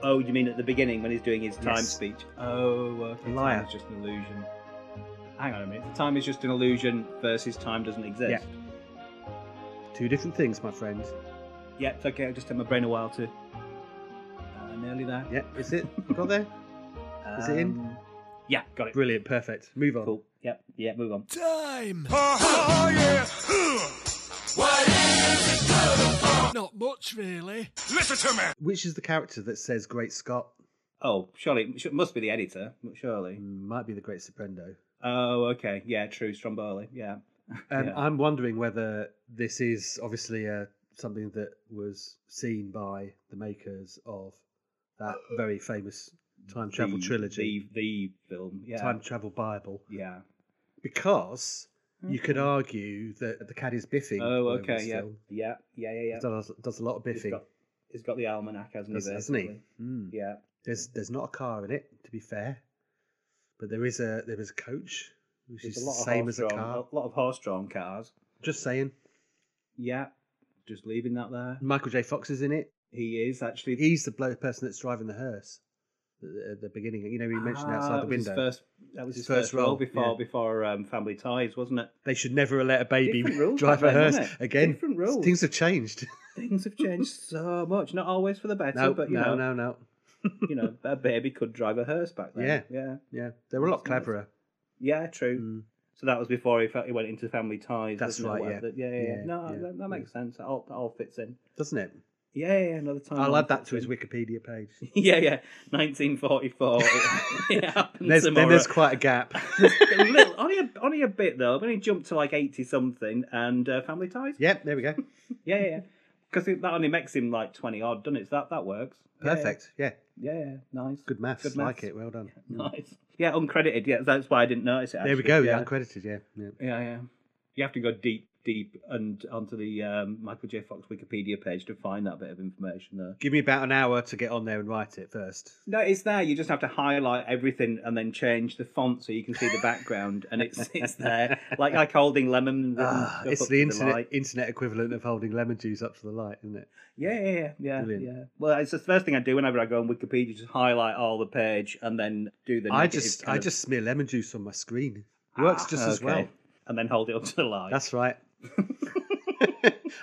Oh, you mean at the beginning when he's doing his time
Yes.
speech? Oh, okay.
Liar.
Time is just an illusion. Hang on a minute. Time is just an illusion versus time doesn't exist.
Two different things, my friend.
Yep, it's okay. I'll just take my brain a while to. Uh, nearly there.
Yeah, is it? You got there? is it in?
Um, Yeah, got it.
Brilliant, perfect. Move on.
Cool. Yep, yeah, move on.
Time. Oh, yeah. What is it Not much, really. Listen to me.
Which is the character that says "Great Scott"?
Oh, surely it sh- must be the editor, surely.
Might be the Great Soprendo.
Oh, okay. Yeah, true. Stromboli. Yeah.
Um,
Yeah.
I'm wondering whether this is obviously uh, something that was seen by the makers of that very famous time travel
The-
trilogy,
The, the film. Yeah.
Time Travel Bible,
Yeah.
because you could argue that the cat is biffing.
Mm-hmm. Oh,
over
okay,
this
yeah.
film.
yeah, yeah, yeah, yeah,
It Does, does a lot of
It's
biffing,
got, it's got the almanac, hasn't it?
does- hasn't he? Hmm.
basically? Yeah,
There's there's not a car in it, to be fair, but there is a there is a coach, which
There's
is
a
the
lot of
same as a
horse-drawn-
car.
A lot of horse-drawn cars.
Just saying,
Yeah, just leaving that there.
Michael J. Fox is in it.
He is actually.
He's the blo- person that's driving the hearse at the, at the beginning. You know, we mentioned
Ah, that
outside the
was his
window.
first, that was
His
his,
first
first, role,
role,
before
yeah.
before um, Family Ties, wasn't it?
They should never let a baby
Different rules
drive a
back then,
hearse
wasn't it?
again.
Different rules.
Things have changed.
Things have changed so much. Not always for the better,
no,
but you
no,
know,
no, no.
you know, a baby could drive a hearse back then.
Yeah.
yeah,
Yeah, they were a lot
It's nice.
cleverer. mm,
yeah. True. So that was before he, fa- he went into Family Ties.
That's
wasn't it,
right,
where-
yeah.
yeah, yeah, yeah.
Yeah,
No,
yeah,
that, that makes sense. That all, that all fits in.
doesn't it?
Yeah, yeah, yeah, another time.
I'll
on
add that
fits
to his
in.
Wikipedia page.
yeah, yeah, 1944. it, it happened
There's,
tomorrow.
then there's quite a gap.
a little, only a only a bit though. I've only jumped to like eighty something and uh, family ties.
yep, there we go.
yeah, yeah. Because that only makes him like twenty odd, doesn't it? So that that works. Yeah,
Perfect. Yeah,
Yeah, yeah, nice.
good maths.
Good
Like
maths.
it. Well done.
Nice. Yeah, uncredited. Yeah, that's why I didn't notice it.
There we
actually.
go.
Yeah.
The uncredited. Yeah. yeah.
yeah, yeah. You have to go deep, deep, and onto the um, Michael J. Fox Wikipedia page to find that bit of information there.
Give me about an hour to get on there and write it first.
No, it's there. You just have to highlight everything and then change the font so you can see the background, and it's it's there. Like like holding lemon. ribbon
Ah,
stuff
it's
up
the
to
internet
light.
internet equivalent of holding lemon juice up to the light, isn't it?
Yeah, yeah, yeah, yeah,
Brilliant.
yeah. Well, it's the first thing I do whenever I go on Wikipedia, just highlight all the page and then do the.
I
negative
just
kind
I
of-
just smear lemon juice on my screen. Works
Ah,
just as
okay.
well.
and then hold it up to the light.
That's right.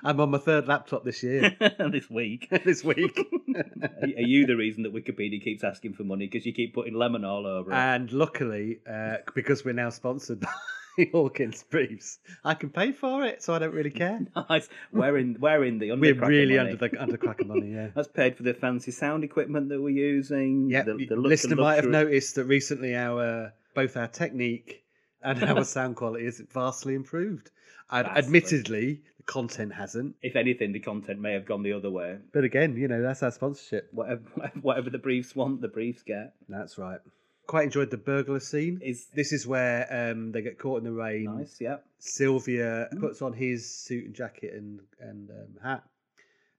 I'm on my third laptop this year.
this week.
this week.
Are are you the reason that Wikipedia keeps asking for money because you keep putting lemon all over it?
And luckily, uh, because we're now sponsored by Hawkins Briefs, I can pay for it, so I don't really care.
Nice. We're in. We're in the under.
We're really under the under the crack of money, yeah.
That's paid for the fancy sound equipment that we're using.
Yeah,
the,
the,
the look- the
listener might have
luxury-
noticed that recently our uh, both our technique and our sound quality is vastly improved. And
Vastly.
admittedly, the content hasn't.
If anything, the content may have gone the other way.
But again, you know that's our sponsorship.
Whatever, whatever the briefs want, the briefs get.
That's right. Quite enjoyed the burglar scene.
Is-
this is where um, they get caught in the rain.
Nice. Hmm. Yeah.
Sylvia puts on his suit and jacket and and um, hat,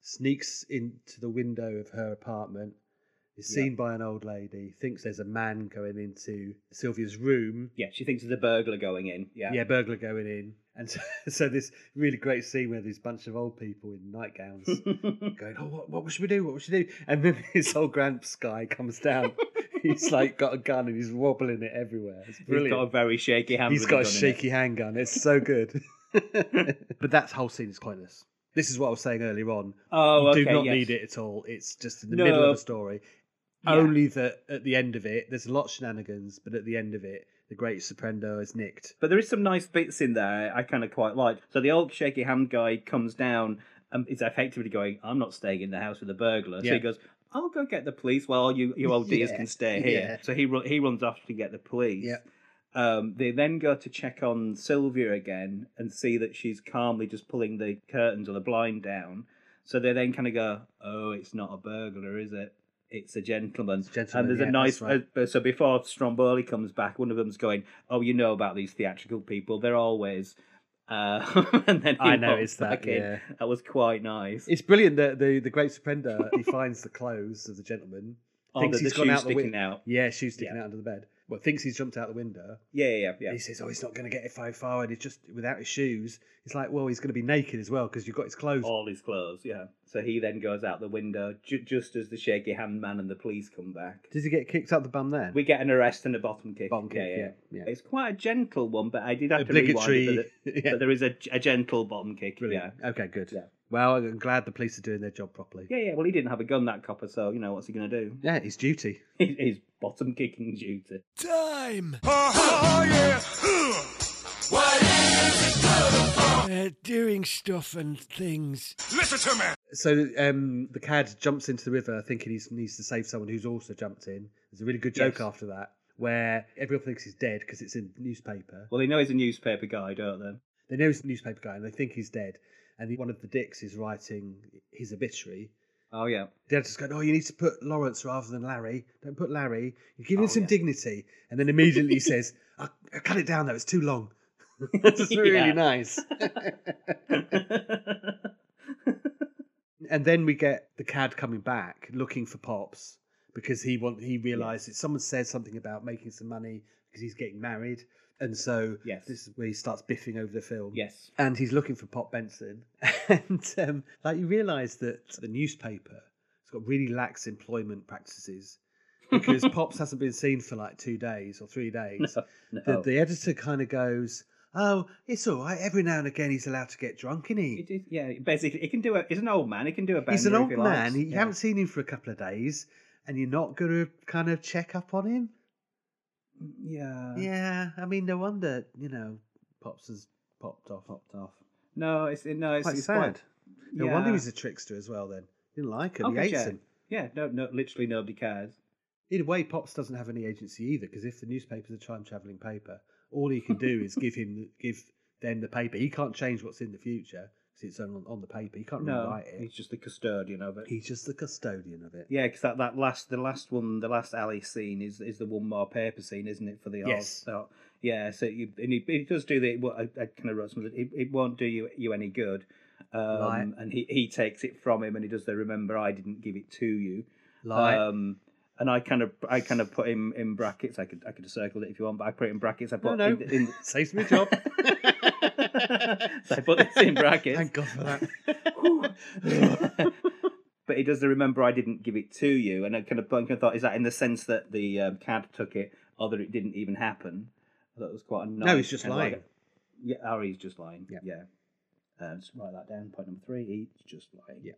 sneaks into the window of her apartment, is
Yeah.
seen by an old lady, thinks there's a man going into Sylvia's room.
Yeah. She thinks there's a burglar going in. Yeah.
Yeah, burglar going in, and so, so this really great scene where there's a bunch of old people in nightgowns going, "Oh, what, what should we do? What should we do?" And then this old Gramps guy comes down. he's like got a gun and he's wobbling it everywhere. It's
He's got a
brilliant.
very shaky hand.
He's
with
got a
gun in it.
shaky handgun. It's so good. but that whole scene is pointless. This is what I was saying earlier on.
Oh,
you
okay,
do not
yes.
need it at all. It's just in the
No.
middle of a story.
Yeah.
Only that at the end of it, there's a lot of shenanigans, but at the end of it, the great Soprendo is nicked.
But there is some nice bits in there I kind of quite like. So the old shaky hand guy comes down and is effectively going, I'm not staying in the house with a burglar. So
Yeah.
he goes, I'll go get the police while you, you old dears
Yeah,
can stay here.
yeah.
So he, ru- he runs off to get the police.
Yeah.
Um, they then go to check on Sylvia again and see that she's calmly just pulling the curtains or the blind down. So they then kind of go, "Oh, it's not a burglar, is it? It's a gentleman."
a gentleman,
and there's
yeah,
a nice.
that's right.
uh, so before Stromboli comes back, one of them's going, "Oh, you know about these theatrical people? They're always." Uh, and then he
I
walks
noticed that,
back in.
yeah.
That was quite nice.
It's brilliant that the, the great Soprendo he finds the clothes of the gentleman.
Oh,
thinks
the-
he's
the
gone
shoes
out the
sticking
win-
out.
Yeah, shoes sticking
Yeah.
out under the bed. Well, thinks he's jumped out the window.
Yeah, yeah, yeah.
He says, "Oh, he's not going to get it very far, and he's just without his shoes." He's like, "Well, he's going to be naked as well because you've got his clothes."
all his clothes. Yeah. So he then goes out the window ju- just as the shaky hand man and the police come back.
Does he get kicked up the bum then?
We get an arrest and a bottom kick.
Bottom kick, yeah, yeah.
It's quite a gentle one, but I did have
Obligatory.
to rewind it. But, the-
Yeah.
but there is a, a gentle bottom kick.
Brilliant. Okay, good.
Yeah.
Well, I'm glad the police are doing their job properly.
Yeah. Yeah, yeah. Well, he didn't have a gun, that copper, so, you know, what's he going to do?
Yeah, it's duty.
His, his bottom kicking duty.
Time. Oh, oh, yeah. What is it good for? They're doing stuff and things. Listen to me.
So um, the cad jumps into the river thinking he needs to save someone who's also jumped in. There's a really good joke
Yes.
after that where everyone thinks he's dead because it's in newspaper.
Well, they know he's a newspaper guy, don't they?
They know he's a newspaper guy and they think he's dead. And the- one of the dicks is writing his obituary.
Oh, yeah.
Dad's just going, Oh, you need to put Lawrence rather than Larry. Don't put Larry. You give him
Oh,
some
yeah.
dignity. And then immediately he says, I, I cut it down though, it's too long. That's really
Yeah.
nice. and then we get the cad coming back looking for pops because he want he realizes someone said something about making some money because he's getting married, and so
Yes.
this is where he starts biffing over the film.
yes.
And he's looking for Pop Benson, and um, like you realise that the newspaper has got really lax employment practices because Pops hasn't been seen for like two days or three days, the,
No. Oh.
the editor kind of goes, "Oh, it's all right. Every now and again, he's allowed to get drunk, isn't he?
It is, yeah, basically, he can do a. He's an old man. He can do a. Bender
he's an
if
old
he
man.
likes.
You
Yeah.
haven't seen him for a couple of days, and you're not going to kind of check up on him.
Yeah.
yeah, I mean, no wonder you know Pops has popped off.
Popped off. No, it's no, it's
Quite
it's
sad.
Quite,
No wonder
yeah.
he's a trickster as well. Then he didn't like him.
Oh,
he
good
hates
job.
him.
Yeah. No, no. Literally, nobody cares.
Either way, Pops doesn't have any agency either because if the newspaper's a time traveling paper, all he can do is give him give them the paper. He can't change what's in the future because it's on on the paper. He can't
No,
rewrite it.
he's just the custodian of it.
He's just the custodian of it.
Yeah, because that, that last the last one the last alley scene is is the one more paper scene, isn't it? For the
Yes.
odds? So, yeah. So you, and it, it does do the. Well, I, I kind of wrote something. It, it won't do you you any good. Um,
Right.
And he, he takes it from him, and he does the remember I didn't give it to you.
Like,
Um, and I kind of I kind of put him in brackets. I could I could have circled it if you want, but I put it in brackets. I
no,
put
no,
in, in,
saves me a job.
so I put this in brackets.
Thank God for that.
but he does the remember I didn't give it to you, and I kind of, I kind of thought, is that in the sense that the um, cad took it, or that it didn't even happen? I thought it was quite a nice.
No, he's just
kind of
lying.
Like, yeah, or he's just lying.
Yeah.
yeah. Um, just write that down. Point number three: he's just lying.
Yeah.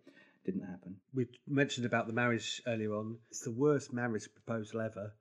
didn't happen.
We mentioned about the marriage earlier on. It's the worst marriage proposal ever.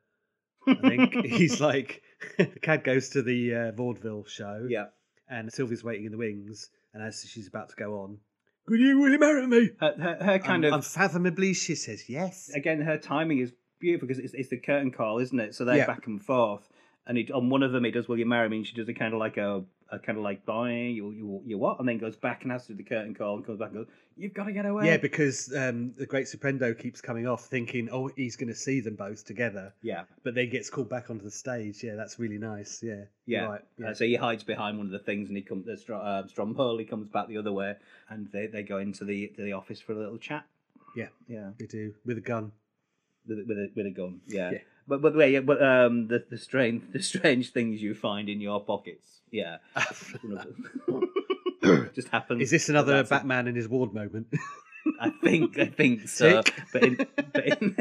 I think he's like the cad goes to the uh, vaudeville show.
Yeah.
and Sylvia's waiting in the wings, and as she's about to go on, could you really marry me?
Her, her, her kind of
Un- unfathomably, she says yes.
again, her timing is beautiful because it's, it's the curtain call, isn't it? So they're
Yeah.
back and forth, and it, on one of them he does "Will you marry me?" and she does a kind of like a, a kind of like "Bye, you, you you what?" and then goes back and has to do the curtain call and comes back and goes, "You've got to get away."
Yeah, because um, the Great Suprendo keeps coming off, thinking, oh, he's going to see them both together,
yeah,
but then gets called back onto the stage. Yeah, that's really nice. Yeah,
yeah.
Right. yeah.
Uh, so he hides behind one of the things, and he comes. Uh, Str- uh, Stromboli comes back the other way, and they, they go into the to the office for a little chat.
Yeah.
yeah,
we do with a gun.
with a- with a, with a gun. Yeah.
Yeah.
But but yeah, but um, the the strange the strange things you find in your pockets. Yeah. One of them. just happens.
Is this another
That's a-
Batman in his ward moment?
I think I think so.
Tick.
But in, but in...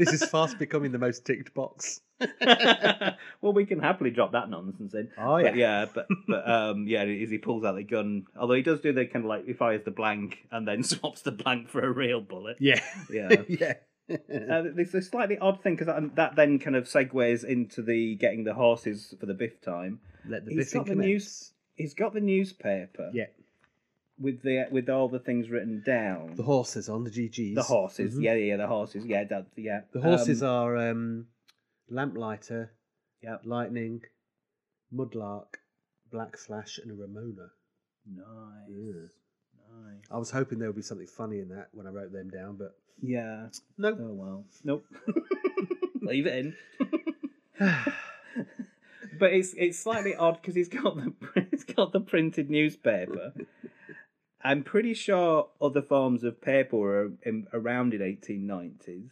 this is fast becoming the most ticked box.
well, we can happily drop that nonsense in.
Oh,
But yeah, but but um, yeah, as he pulls out the gun, although he does do the kind of like he fires the blank and then swaps the blank for a real bullet.
Yeah.
Yeah.
yeah.
Uh, there's a slightly odd thing because that, that then kind of segues into the getting the horses for the Biff time.
Let the
He's
biffing
got the
commence.
news- He's got the newspaper
Yeah.
with the with all the things written down.
The horses on the GGs.
The horses, Mm-hmm.
Mhm.
yeah, yeah, yeah, the horses, yeah, that, yeah.
The horses
Um,
are um, lamplighter,
Yep.
lightning, mudlark, black flash, and a Ramona.
nice, nice.
I was hoping there would be something funny in that when I wrote them down, but
Yeah.
Nope.
Oh well. Nope. Leave it in. but it's it's slightly odd because he's got the he's got the printed newspaper. I'm pretty sure other forms of paper were in, around in 1890s.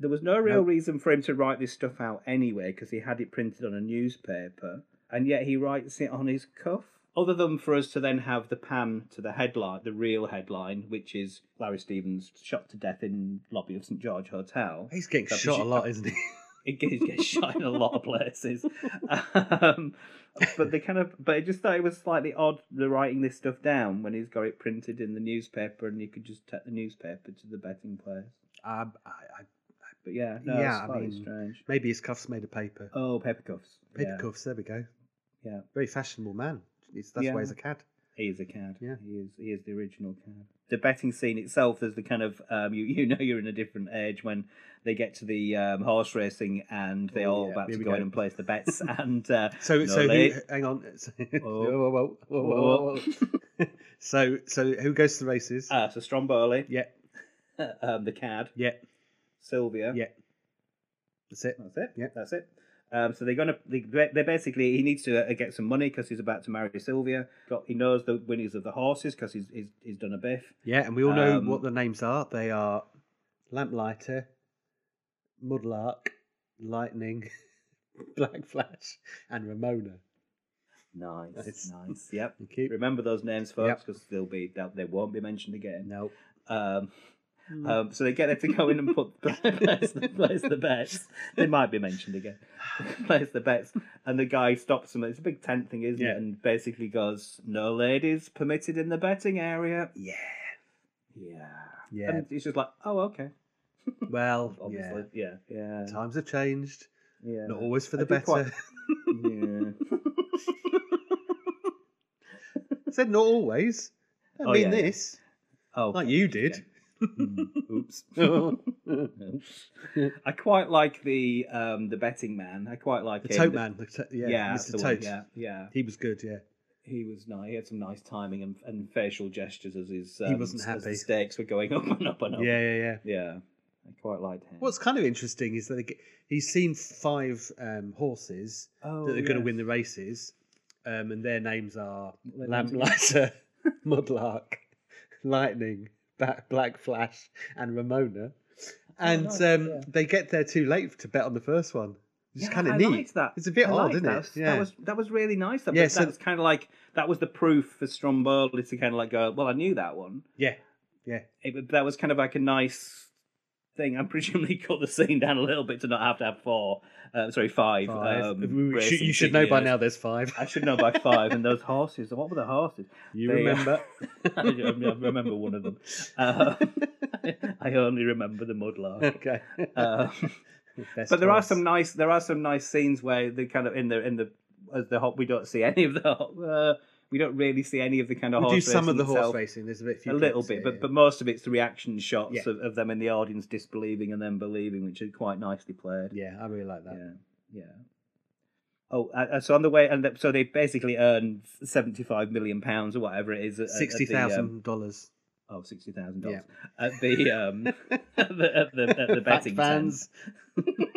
There was no real
Nope.
reason for him to write this stuff out anyway because he had it printed on a newspaper, and yet he writes it on his cuff. Other than for us to then have the pan to the headline, the real headline, which is Larry Stevens shot to death in lobby of St George Hotel.
he's getting
That'd be
shot a
shit.
lot, isn't he?
It gets, gets shot in a lot of places. Um, but they kind of, but I just thought it was slightly odd the writing this stuff down when he's got it printed in the newspaper and you could just take the newspaper to the betting place.
um, I, I,
But yeah, no,
Yeah,
it's
I
slightly
mean-
strange.
maybe his cuffs made of paper.
Oh, paper cuffs.
paper
yeah.
cuffs. There we go.
Yeah.
Very fashionable man. He's, that's
Yeah.
why he's a cad.
He is a cad.
Yeah.
he is. He is the original cad. The betting scene itself, there's the kind of um, you you know you're in a different age when they get to the um, horse racing and they're
Oh,
all
yeah,
about
here
to
we
go in
go.
and place the bets and uh,
So,
no
so who,
late-
hang on. So,
Oh.
whoa, whoa, whoa, whoa, whoa, whoa. so, so who goes to the races?
Ah, so Stromboli,
yeah,
um, the cad,
yeah,
Sylvia.
Yeah. that's it.
That's it.
Yeah.
That's it. Um, so they're gonna they, they're basically he needs to uh, get some money because he's about to marry Sylvia. Got he knows the winners of the horses because he's, he's he's done a biff.
Yeah, and we all know
Um,
what the names are. They are Lamplighter, Mudlark, Lightning, Black Flash, and Ramona.
Nice,
Nice.
nice. Yep.
You keep
Remember those names, folks,
Yep.
because they'll be they'll- they won't be mentioned again.
no.
Um,
Hmm.
um, so they get her to go in and put place, the, place the bets. They might be mentioned again. place the bets, and the guy stops them. It's a big tent thing, isn't
Yeah.
it? And basically goes, "No ladies permitted in the betting area."
Yeah.
Yeah,
Yeah.
And he's just like, "Oh, okay."
well,
Obviously, yeah, yeah,
yeah. Times have changed.
yeah.
Not always for the
I did
better.
quite- yeah.
I said not always. I
Oh,
mean
yeah, yeah.
this.
Oh, Hmm.
Like you did.
Oops. I quite like the um the betting man. I quite like
The
him.
Tote Man. The to- yeah,
Yeah, that's
Mr.
the one,
Tote.
Yeah, yeah.
He was good, yeah.
He was nice. He had some nice timing and, and facial gestures as his um,
wasn't
as the
happy.
stakes were going up and up and up.
Yeah, yeah, yeah.
yeah. I quite liked him.
What's kind of interesting is that they get, he's seen five um, horses
oh,
that are going to
yes.
win the races, um, and their names are
Their names are-
Lamplighter, Mudlark, Lightning, Ba- Black Flash, and Ramona. And
Oh, nice,
um,
yeah.
they get there too late to bet on the first one. It's
Yeah,
kind of
I
neat.
liked that.
It's a bit
I
odd,
liked
isn't
that.
it? Yeah.
That was that was really nice. That,
Yeah,
yeah,
so-
that's kind of like that was the proof for Stromboli to kind of like go. Well, I knew that one.
yeah, yeah.
it, that was kind of like a nice thing. I'm presumably cut the scene down a little bit to not have to have four. Uh, sorry, five.
Five.
Um,
We- we-
race
should- you should know by
insignias.
now there's five.
I should know by five. And those horses. What were the horses?
You
They-
remember?
I remember one of them. Uh, I only remember the mudlark.
okay.
Um,
Best
but there are
horse.
some nice there are some nice scenes where the kind of in the in the as the hop we don't see any of the hop, uh, we don't really see any of the kind of
We
horse
do some
racing
of the horse
itself.
racing. There's a bit, few
a little
clips,
bit,
yeah,
but
yeah.
but most of it's the reaction shots
Yeah.
of, of them in the audience disbelieving and then believing, which is quite nicely played.
yeah, I really like that.
yeah. yeah. Oh, uh, uh, so on the way, and th- so they basically earn seventy-five million pounds or whatever it is. At, at- at the, um,
Sixty thousand dollars.
oh, sixty thousand
Yeah.
dollars at the um at the at the, at the
Fact
betting
fans.
tent.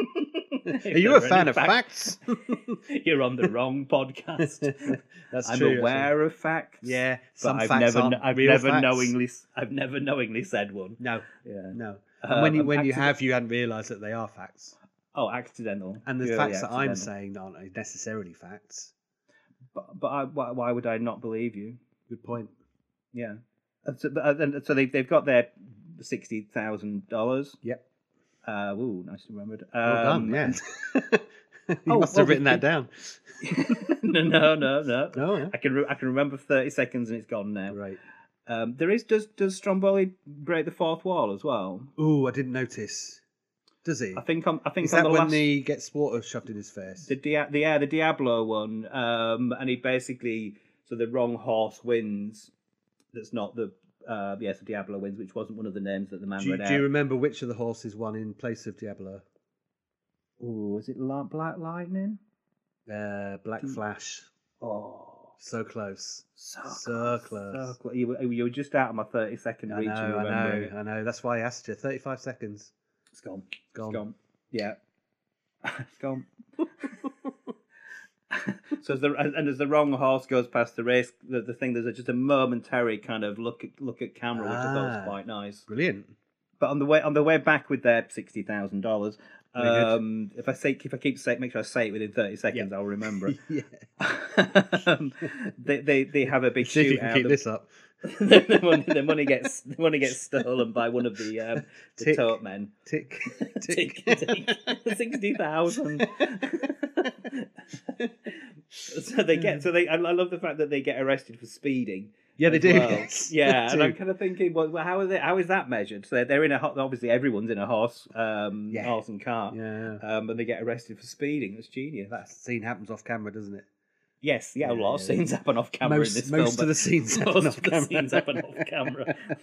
If
Are you
there
a
were
fan
any
of facts?
You're on the wrong podcast.
That's
I'm
true,
aware of facts.
actually. Yeah,
but
some
I've
facts
never,
aren't
I've
real
never
facts.
knowingly, s- I've never knowingly said one.
No,
Yeah.
no.
Um,
And when you
and
when you
accident-
have, you hadn't realised that they are facts.
Oh, accidental.
And the
Purely
facts that I'm
accidental.
saying aren't necessarily facts.
But, but I, why, why would I not believe you?
Good point.
Yeah. And so, but, uh, and so they, they've got their sixty thousand dollars.
Yep.
Uh, ooh, nicely remembered.
Well
Um,
done. Yeah. you
Oh,
must
well,
have written
we-
that down.
no, no, no, no.
Oh, yeah.
I can re- I can remember thirty seconds and it's gone now.
Right.
Um, there is does does Stromboli break the fourth wall as well?
Ooh, I didn't notice. Does he?
I think on I think
Is
on
that
the
when
last...
he gets water shoved in his face?
the Dia- the yeah, the Diablo one, um, and he basically so the wrong horse wins. That's not the uh, yes, the Diablo wins, which wasn't one of the names that the man
do, you,
read
do you
out.
remember which of the horses won in place of Diablo?
Oh, is it La- Black Lightning?
Uh, Black
Hmm.
Flash.
Oh,
So close.
so
So
so
close.
close. You, were, you were just out of my thirty second
I
reach.
know,
of
I
remembering
know,
it.
I know. That's why I asked you. 35 seconds.
It's gone.
Gone.
It's gone. Yeah. it's gone. so as the and as the wrong horse goes past the race, the, the thing there's a, just a momentary kind of look at look at camera, which I thought
Ah.
was quite nice.
Brilliant.
But on the way on the way back with their sixty thousand dollars,
Very good.
um, if I say if I keep saying make sure I say it within thirty seconds, I'll remember it.
Yeah.
um, they, they they have a big
See if you can
shootout.
keep
The-
this up.
the, money, the money gets the money gets stolen by one of the um, the
Tick.
tote men.
Tick.
Tick,
Tick.
tick. 60,000. so they get, so they, I I love the fact that they get arrested for speeding.
yeah, they
as
do.
well.
yes.
Yeah,
They
and
do.
I'm kind of thinking, well, well, how is it? How is that measured? So they're, they're in a ho- obviously everyone's in a horse, um,
Yeah.
horse and cart,
yeah.
um, and they get arrested for speeding. That's genius.
That scene happens off camera, doesn't it?
yes, yeah, a lot of
Yeah.
scenes happen off camera
Most,
in this
most
film.
of the
but
scenes happen
most
off
of the
camera.
scenes happen off camera.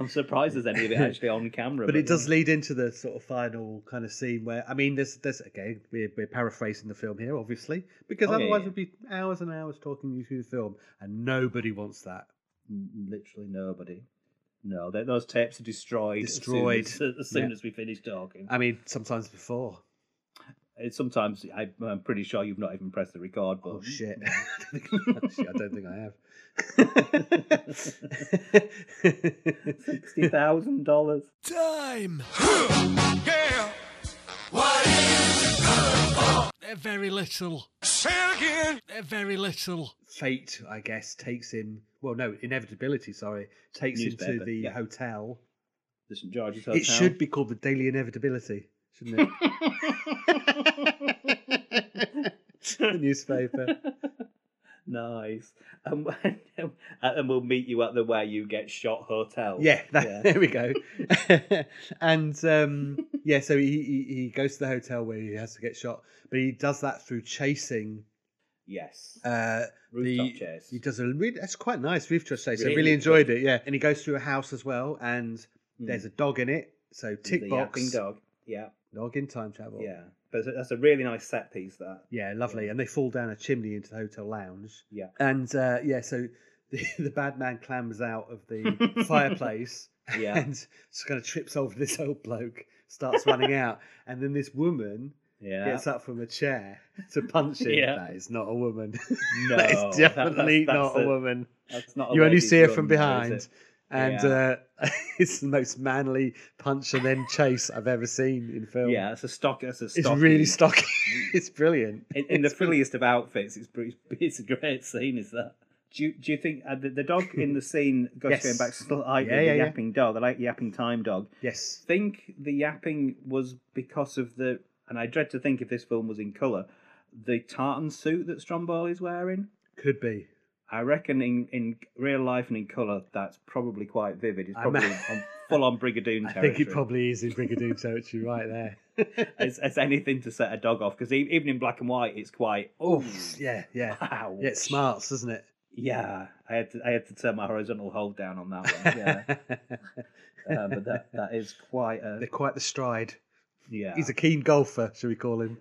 I'm surprised there's any of it actually on camera.
but it
yeah.
does lead into the sort of final kind of scene where I mean, there's there's again we're, we're paraphrasing the film here, obviously, because
Oh, yeah,
otherwise
yeah.
we'd be hours and hours talking you through the film, and nobody wants that.
N- literally nobody. No, th those tapes are destroyed. as soon
Destroyed.
as- As soon as,
Yeah.
we finish talking.
I mean, sometimes before.
It's sometimes I, I'm pretty sure you've not even pressed the record button.
Oh shit! Actually, I don't think I have.
Sixty thousand dollars.
Time!
Yeah.
What is it They're very little. Say again. They're very little.
Fate, I guess, takes him. Well, no, inevitability. Sorry, takes him to
Newspaper,
the
yeah.
hotel.
The St George's Hotel.
It should be called the Daily Inevitability, shouldn't it? the newspaper.
nice. Um, and and we'll meet you at the where you get shot hotel.
Yeah, that,
Oh, yeah.
there we go. and um, yeah, so he, he he goes to the hotel where he has to get shot, but he does that through chasing.
Yes.
Uh,
Rooftop
the-
chairs.
He does a really that's quite nice roof trust chase. I
Really
really enjoyed it. Yeah, and he goes through a house as well, and there's a dog in it. So tick
Hmm. the yapping
box Oh. dog.
dog. Yeah.
in time travel.
Yeah. But that's a really nice set piece. That.
yeah, lovely. And they fall down a chimney into the hotel lounge.
Yeah.
and uh, yeah, so the, the bad man clambers out of the fireplace.
Yeah.
and just kind of trips over this old bloke, starts running out, and then this woman
Yeah.
gets up from a chair to punch him.
Yeah.
That is not a woman.
No,
that
that-
is
that's-
definitely
that's
not a,
a-
woman.
That's not a
You only
lady's
see her
run,
from
though, is
behind.
it?
And
Yeah.
uh, it's the most manly punch and then chase I've ever seen in film.
Yeah, it's a stock. It's a
It's
stocky-
really stocky. it's brilliant.
in, in the frilliest of outfits. It's pretty, it's a great scene. Is that? Do you, do you think uh, the, the dog in the scene goes
Yes.
going back slightly?
Yeah, yeah,
the
yeah.
yapping dog. I like yapping time dog.
Yes.
Think the yapping was because of the, and I dread to think if this film was in color, the tartan suit that Stromboli's wearing.
Could be.
I reckon in, in real life and in color, that's probably quite vivid. It's
I'm-
probably on, full on Brigadoon
I
territory.
think it probably is in Brigadoon territory right there.
It's, it's anything to set a dog off because even in black and white, it's quite oh
yeah, yeah.
wow
Yeah, it smarts, doesn't it?
Yeah, I had to I had to turn my horizontal hold down on that one. Yeah, uh, but that that is quite a
They're quite the stride.
yeah.
He's a keen golfer, shall we call him?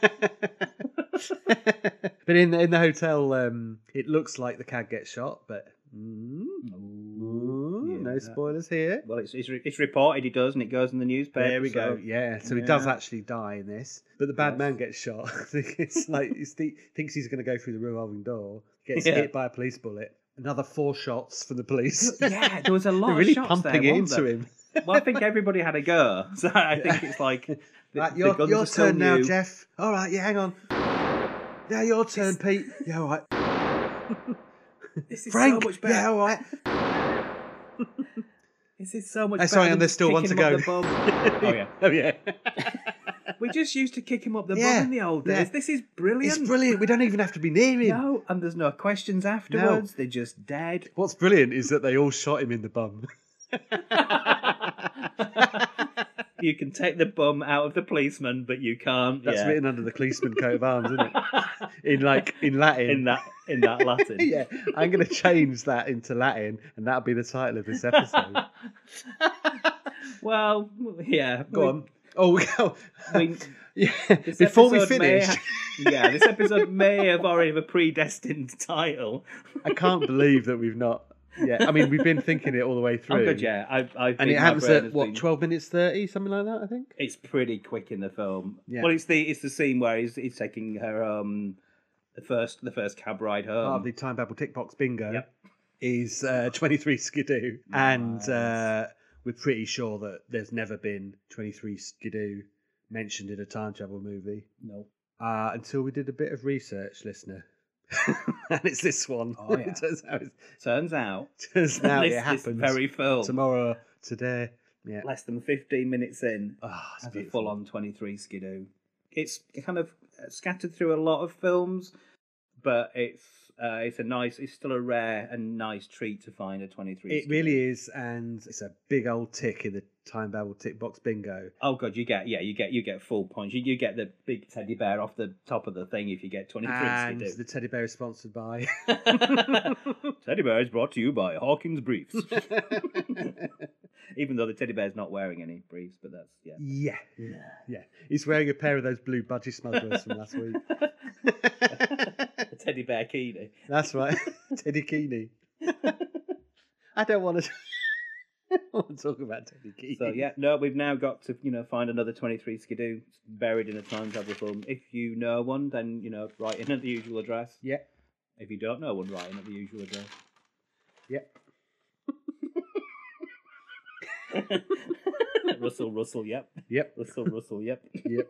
but in in the hotel, um, it looks like the cad gets shot, but mm,
Ooh,
mm,
yeah,
no
that-
spoilers here.
Well, it's it's, re- it's reported he does, and it goes in the newspaper.
There we go.
so-
Yeah, so he does
Yeah.
actually die in this, but the bad
Yes.
man gets shot. it's like he th- thinks he's going to go through the revolving door, gets
Yeah.
hit by a police bullet. Another four shots from the police.
Yeah, there was a lot
They're
of
really
shots
pumping
there,
it
weren't
into
there?
him.
Well, I think everybody had a go, so I think it's like the,
Right,
the
your,
guns
your
are still
turn now,
new.
Jeff. All right, yeah, hang on. Yeah, your turn, Pete. Yeah, all right.
This is
Frank.
so much better.
yeah, all right.
This is so much.
Oh,
better
sorry,
than
and there's still one
kicking
to
him up the bum. oh yeah,
Oh yeah,
we just used to kick him up the
Yeah,
bum in the old days.
yeah.
This is brilliant.
it's brilliant. We don't even have to be near him.
No, and there's no questions afterwards. They're just dead.
What's brilliant is that they all shot him in the bum.
you can take the bum out of the policeman, but you can't.
That's
yeah.
written under the policeman coat of arms, isn't it? In like in Latin.
in that in that Latin.
yeah, I'm going to change that into Latin, and that'll be the title of this episode.
Well, yeah.
Go on. Oh, we go.
we- we-
yeah.
this
Before we
episode may
finish,
ha- yeah, this episode may have already have a predestined title.
I can't believe that we've not. Yeah, I mean, we've been thinking it all the way
Oh,
through.
good, yeah. I, I
and it happens at what twelve minutes thirty, something like that. I think.
It's pretty quick in the film.
Yeah.
Well, it's the it's the scene where he's, he's taking her um the first the first cab ride home.
Part of the time babble tick box bingo
Um, Yep.
is uh, twenty three skidoo, and uh, we're pretty sure that there's never been twenty three skidoo mentioned in a time travel movie
No.
uh, until we did a bit of research, listener. and it's this one.
Oh, yeah.
it turns out, it
Turns out
turns out
this,
it happens
this very film.
tomorrow, today. Yeah,
less than 15 minutes in
Ah, it's
has a
beautiful.
full on 23 skidoo. It's kind of uh, scattered through a lot of films, but it's uh, it's a nice, it's still a rare and nice treat to find a 23
It really is, and it's a big old tick in the time babble tick box bingo.
Oh god, you get yeah, you get you get full points. You, you get the big teddy bear off the top of the thing if you get 23
And
skidoo.
the teddy bear is sponsored by.
teddy bear is brought to you by Hawkins Briefs. Even though the teddy bear's not wearing any briefs, but that's yeah.
yeah, yeah, yeah. He's wearing a pair of those blue budgie smugglers from last week.
The teddy bear keynote.
That's right, Teddy Keeney. I don't want to. want to talk about Teddy Key.
So yeah, no, we've now got to you know find another twenty three skidoo buried in a time travel film. If you know one, then you know write in at the usual address.
Yeah.
If you don't know one, write in at the usual address.
Yep.
Russell, Russell, yep.
Yep.
Russell, Russell, yep.
Yep.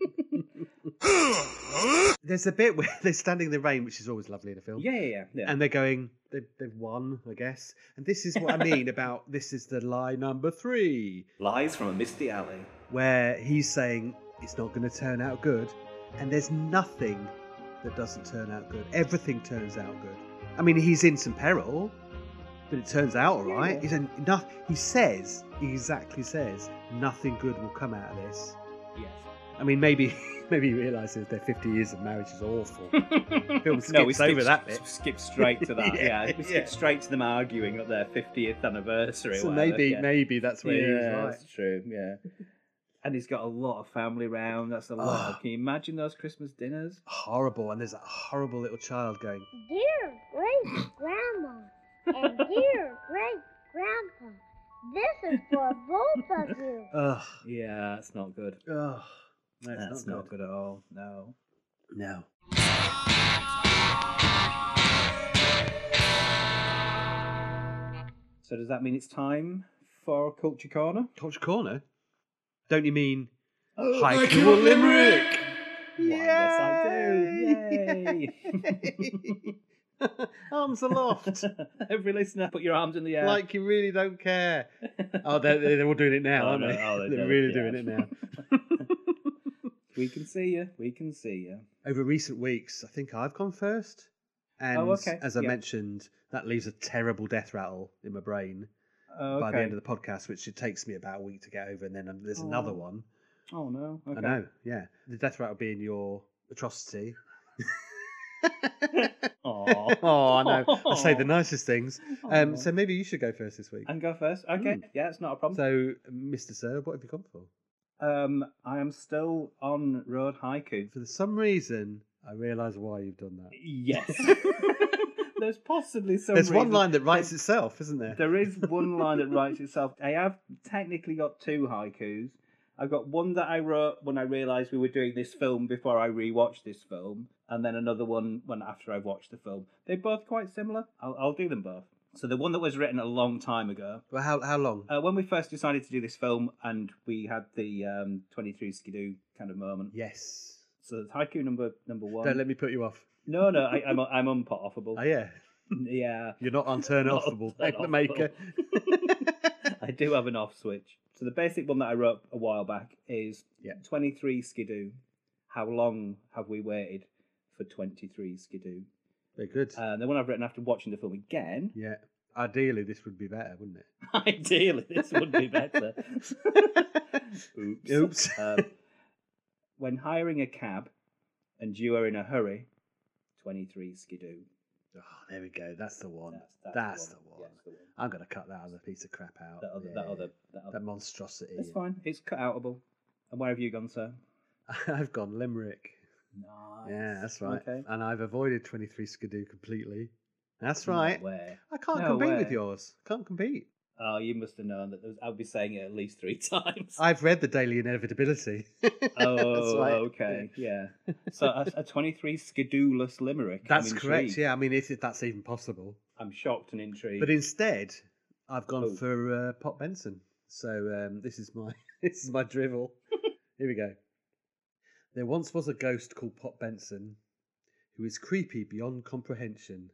There's a bit where they're standing in the rain, which is always lovely in a film.
Yeah, yeah, yeah. yeah.
And they're going, they've, they've won, I guess. And this is what I mean about this is the lie number three.
Lies from a misty alley.
where he's saying it's not going to turn out good, and there's nothing that doesn't turn out good. Everything turns out good. I mean, he's in some peril, but it turns out all right. He's in enough. He says he exactly says nothing good will come out of this.
Yes.
I mean, maybe maybe he realizes their 50 years of marriage is awful. Film skips
we
over
skipped-
that bit.
Skip straight to that. yeah,
Yeah,
we
yeah.
skipped straight to them arguing at their 50th anniversary. or
So
whatever,
maybe
yeah.
maybe that's where he
Yeah,
was right.
that's true. Yeah. And he's got a lot of family round. That's a lot.
Ah.
Can you imagine those Christmas dinners?
Horrible, and there's that horrible little child going.
Dear great grandma and dear great grandpa, this is for both of you.
Ugh,
Yeah, that's not good.
ugh. That's,
That's, not, good. at all. No.
No.
So does that mean it's time for Culture Corner?
Culture Corner? Don't you mean
I
Haiku
do
or Limerick?
Why, yes, I do.
Yay! Arms aloft,
Every listener, put your arms in the air.
like you really don't care. Oh, they're, they're all doing it now,
Oh,
aren't
no.
they?
Oh, they're
they're
doing it,
really
yeah.
doing it now.
we can see you. We can see you.
Over recent weeks, I think I've gone first. And
Oh, okay.
as I
Yeah.
mentioned, that leaves a terrible death rattle in my brain
Okay.
by the end of the podcast, which it takes me about a week to get over. And then um, there's another
Oh.
one.
oh no. Okay.
I know, yeah. The death rattle being your atrocity.
Aw.
oh, I know. I say the
Aw.
nicest things. Um, so maybe you should go first this week.
and go first. Okay. Yeah, it's not a problem.
So, Mr. Sir, what have you gone for?
um, I am still on road haiku.
For some reason, I realise why you've done that.
Yes. There's possibly some.
There's one
reason-
line that writes itself, isn't there?
There is one line that writes itself. I have technically got two haikus. I've got one that I wrote when I realised we were doing this film before I rewatched this film, and then another one when after I've watched the film. They're both quite similar. I'll, I'll do them both. So the one that was written a long time ago,
Well, how how long?
uh, when we first decided to do this film, and we had the um, twenty three skidoo kind of moment.
yes.
So it's haiku number number one.
Don't let me put you off.
No, no, I, I'm I'm unpotable.
Oh yeah,
yeah.
you're not on turn
Not
off the
on
paper maker.
I do have an off switch. So the basic one that I wrote a while back is
Yeah.
23 skidoo. How long have we waited for 23 skidoo?
Very good.
Uh, the one I've written after watching the film again.
yeah. Ideally, this would be better, wouldn't it?
Ideally, this would be better. Oops.
Oops.
Um, when hiring a cab and you are in a hurry, 23 skidoo.
Oh, there we go. That's the one. That's, the one.
That's the one.
I'm gonna cut that other piece of crap out.
That other, that
Yeah.
other, that other.
that monstrosity.
It's fine. It's cut outable. And where have you gone, sir?
I've gone Limerick.
Nice.
Yeah, that's right.
Okay.
And I've avoided 23 Skidoo completely. That's
No
right.
way.
I can't
No
compete with
way.
yours. Can't compete.
Oh, you must have known that. There was, I'll be saying it at least three times.
I've read the Daily Inevitability. That's
oh,
right.
okay. Yeah. So a, a 23 skidooless limerick.
That's
I'm
correct.
intrigued.
Yeah, I mean, if that's even possible.
I'm shocked and intrigued.
But instead, I've gone
Oh.
for uh, Pop Benson. So um, this is my this is my drivel. Here we go. There once was a ghost called Pop Benson, who is creepy beyond comprehension.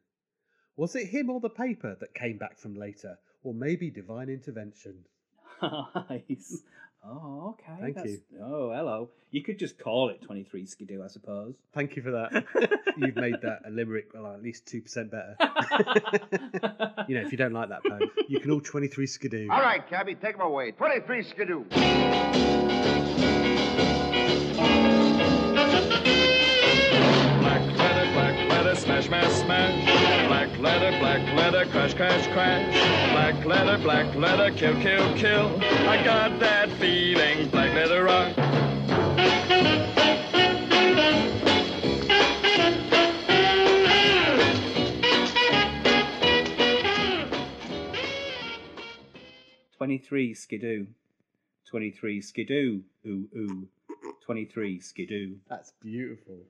Was it him or the paper that came back from later, or maybe divine intervention?
nice. Oh, okay.
Thank
that's-
you.
Oh, hello. You could just call it 23 skidoo, I suppose.
Thank you for that. You've made that a limerick well, at least two percent better. you know, if you don't like that poem, you can all twenty-three skidoo.
All right, cabby, take him away. 23 skidoo.
Black leather, black leather, smash, smash, smash. Black leather, black leather, crash, crash, crash. Black leather, black leather, kill, kill, kill. I got that feeling, black leather rock.
23 Skidoo. 23 Skidoo. Ooh, ooh. 23 Skidoo.
That's beautiful.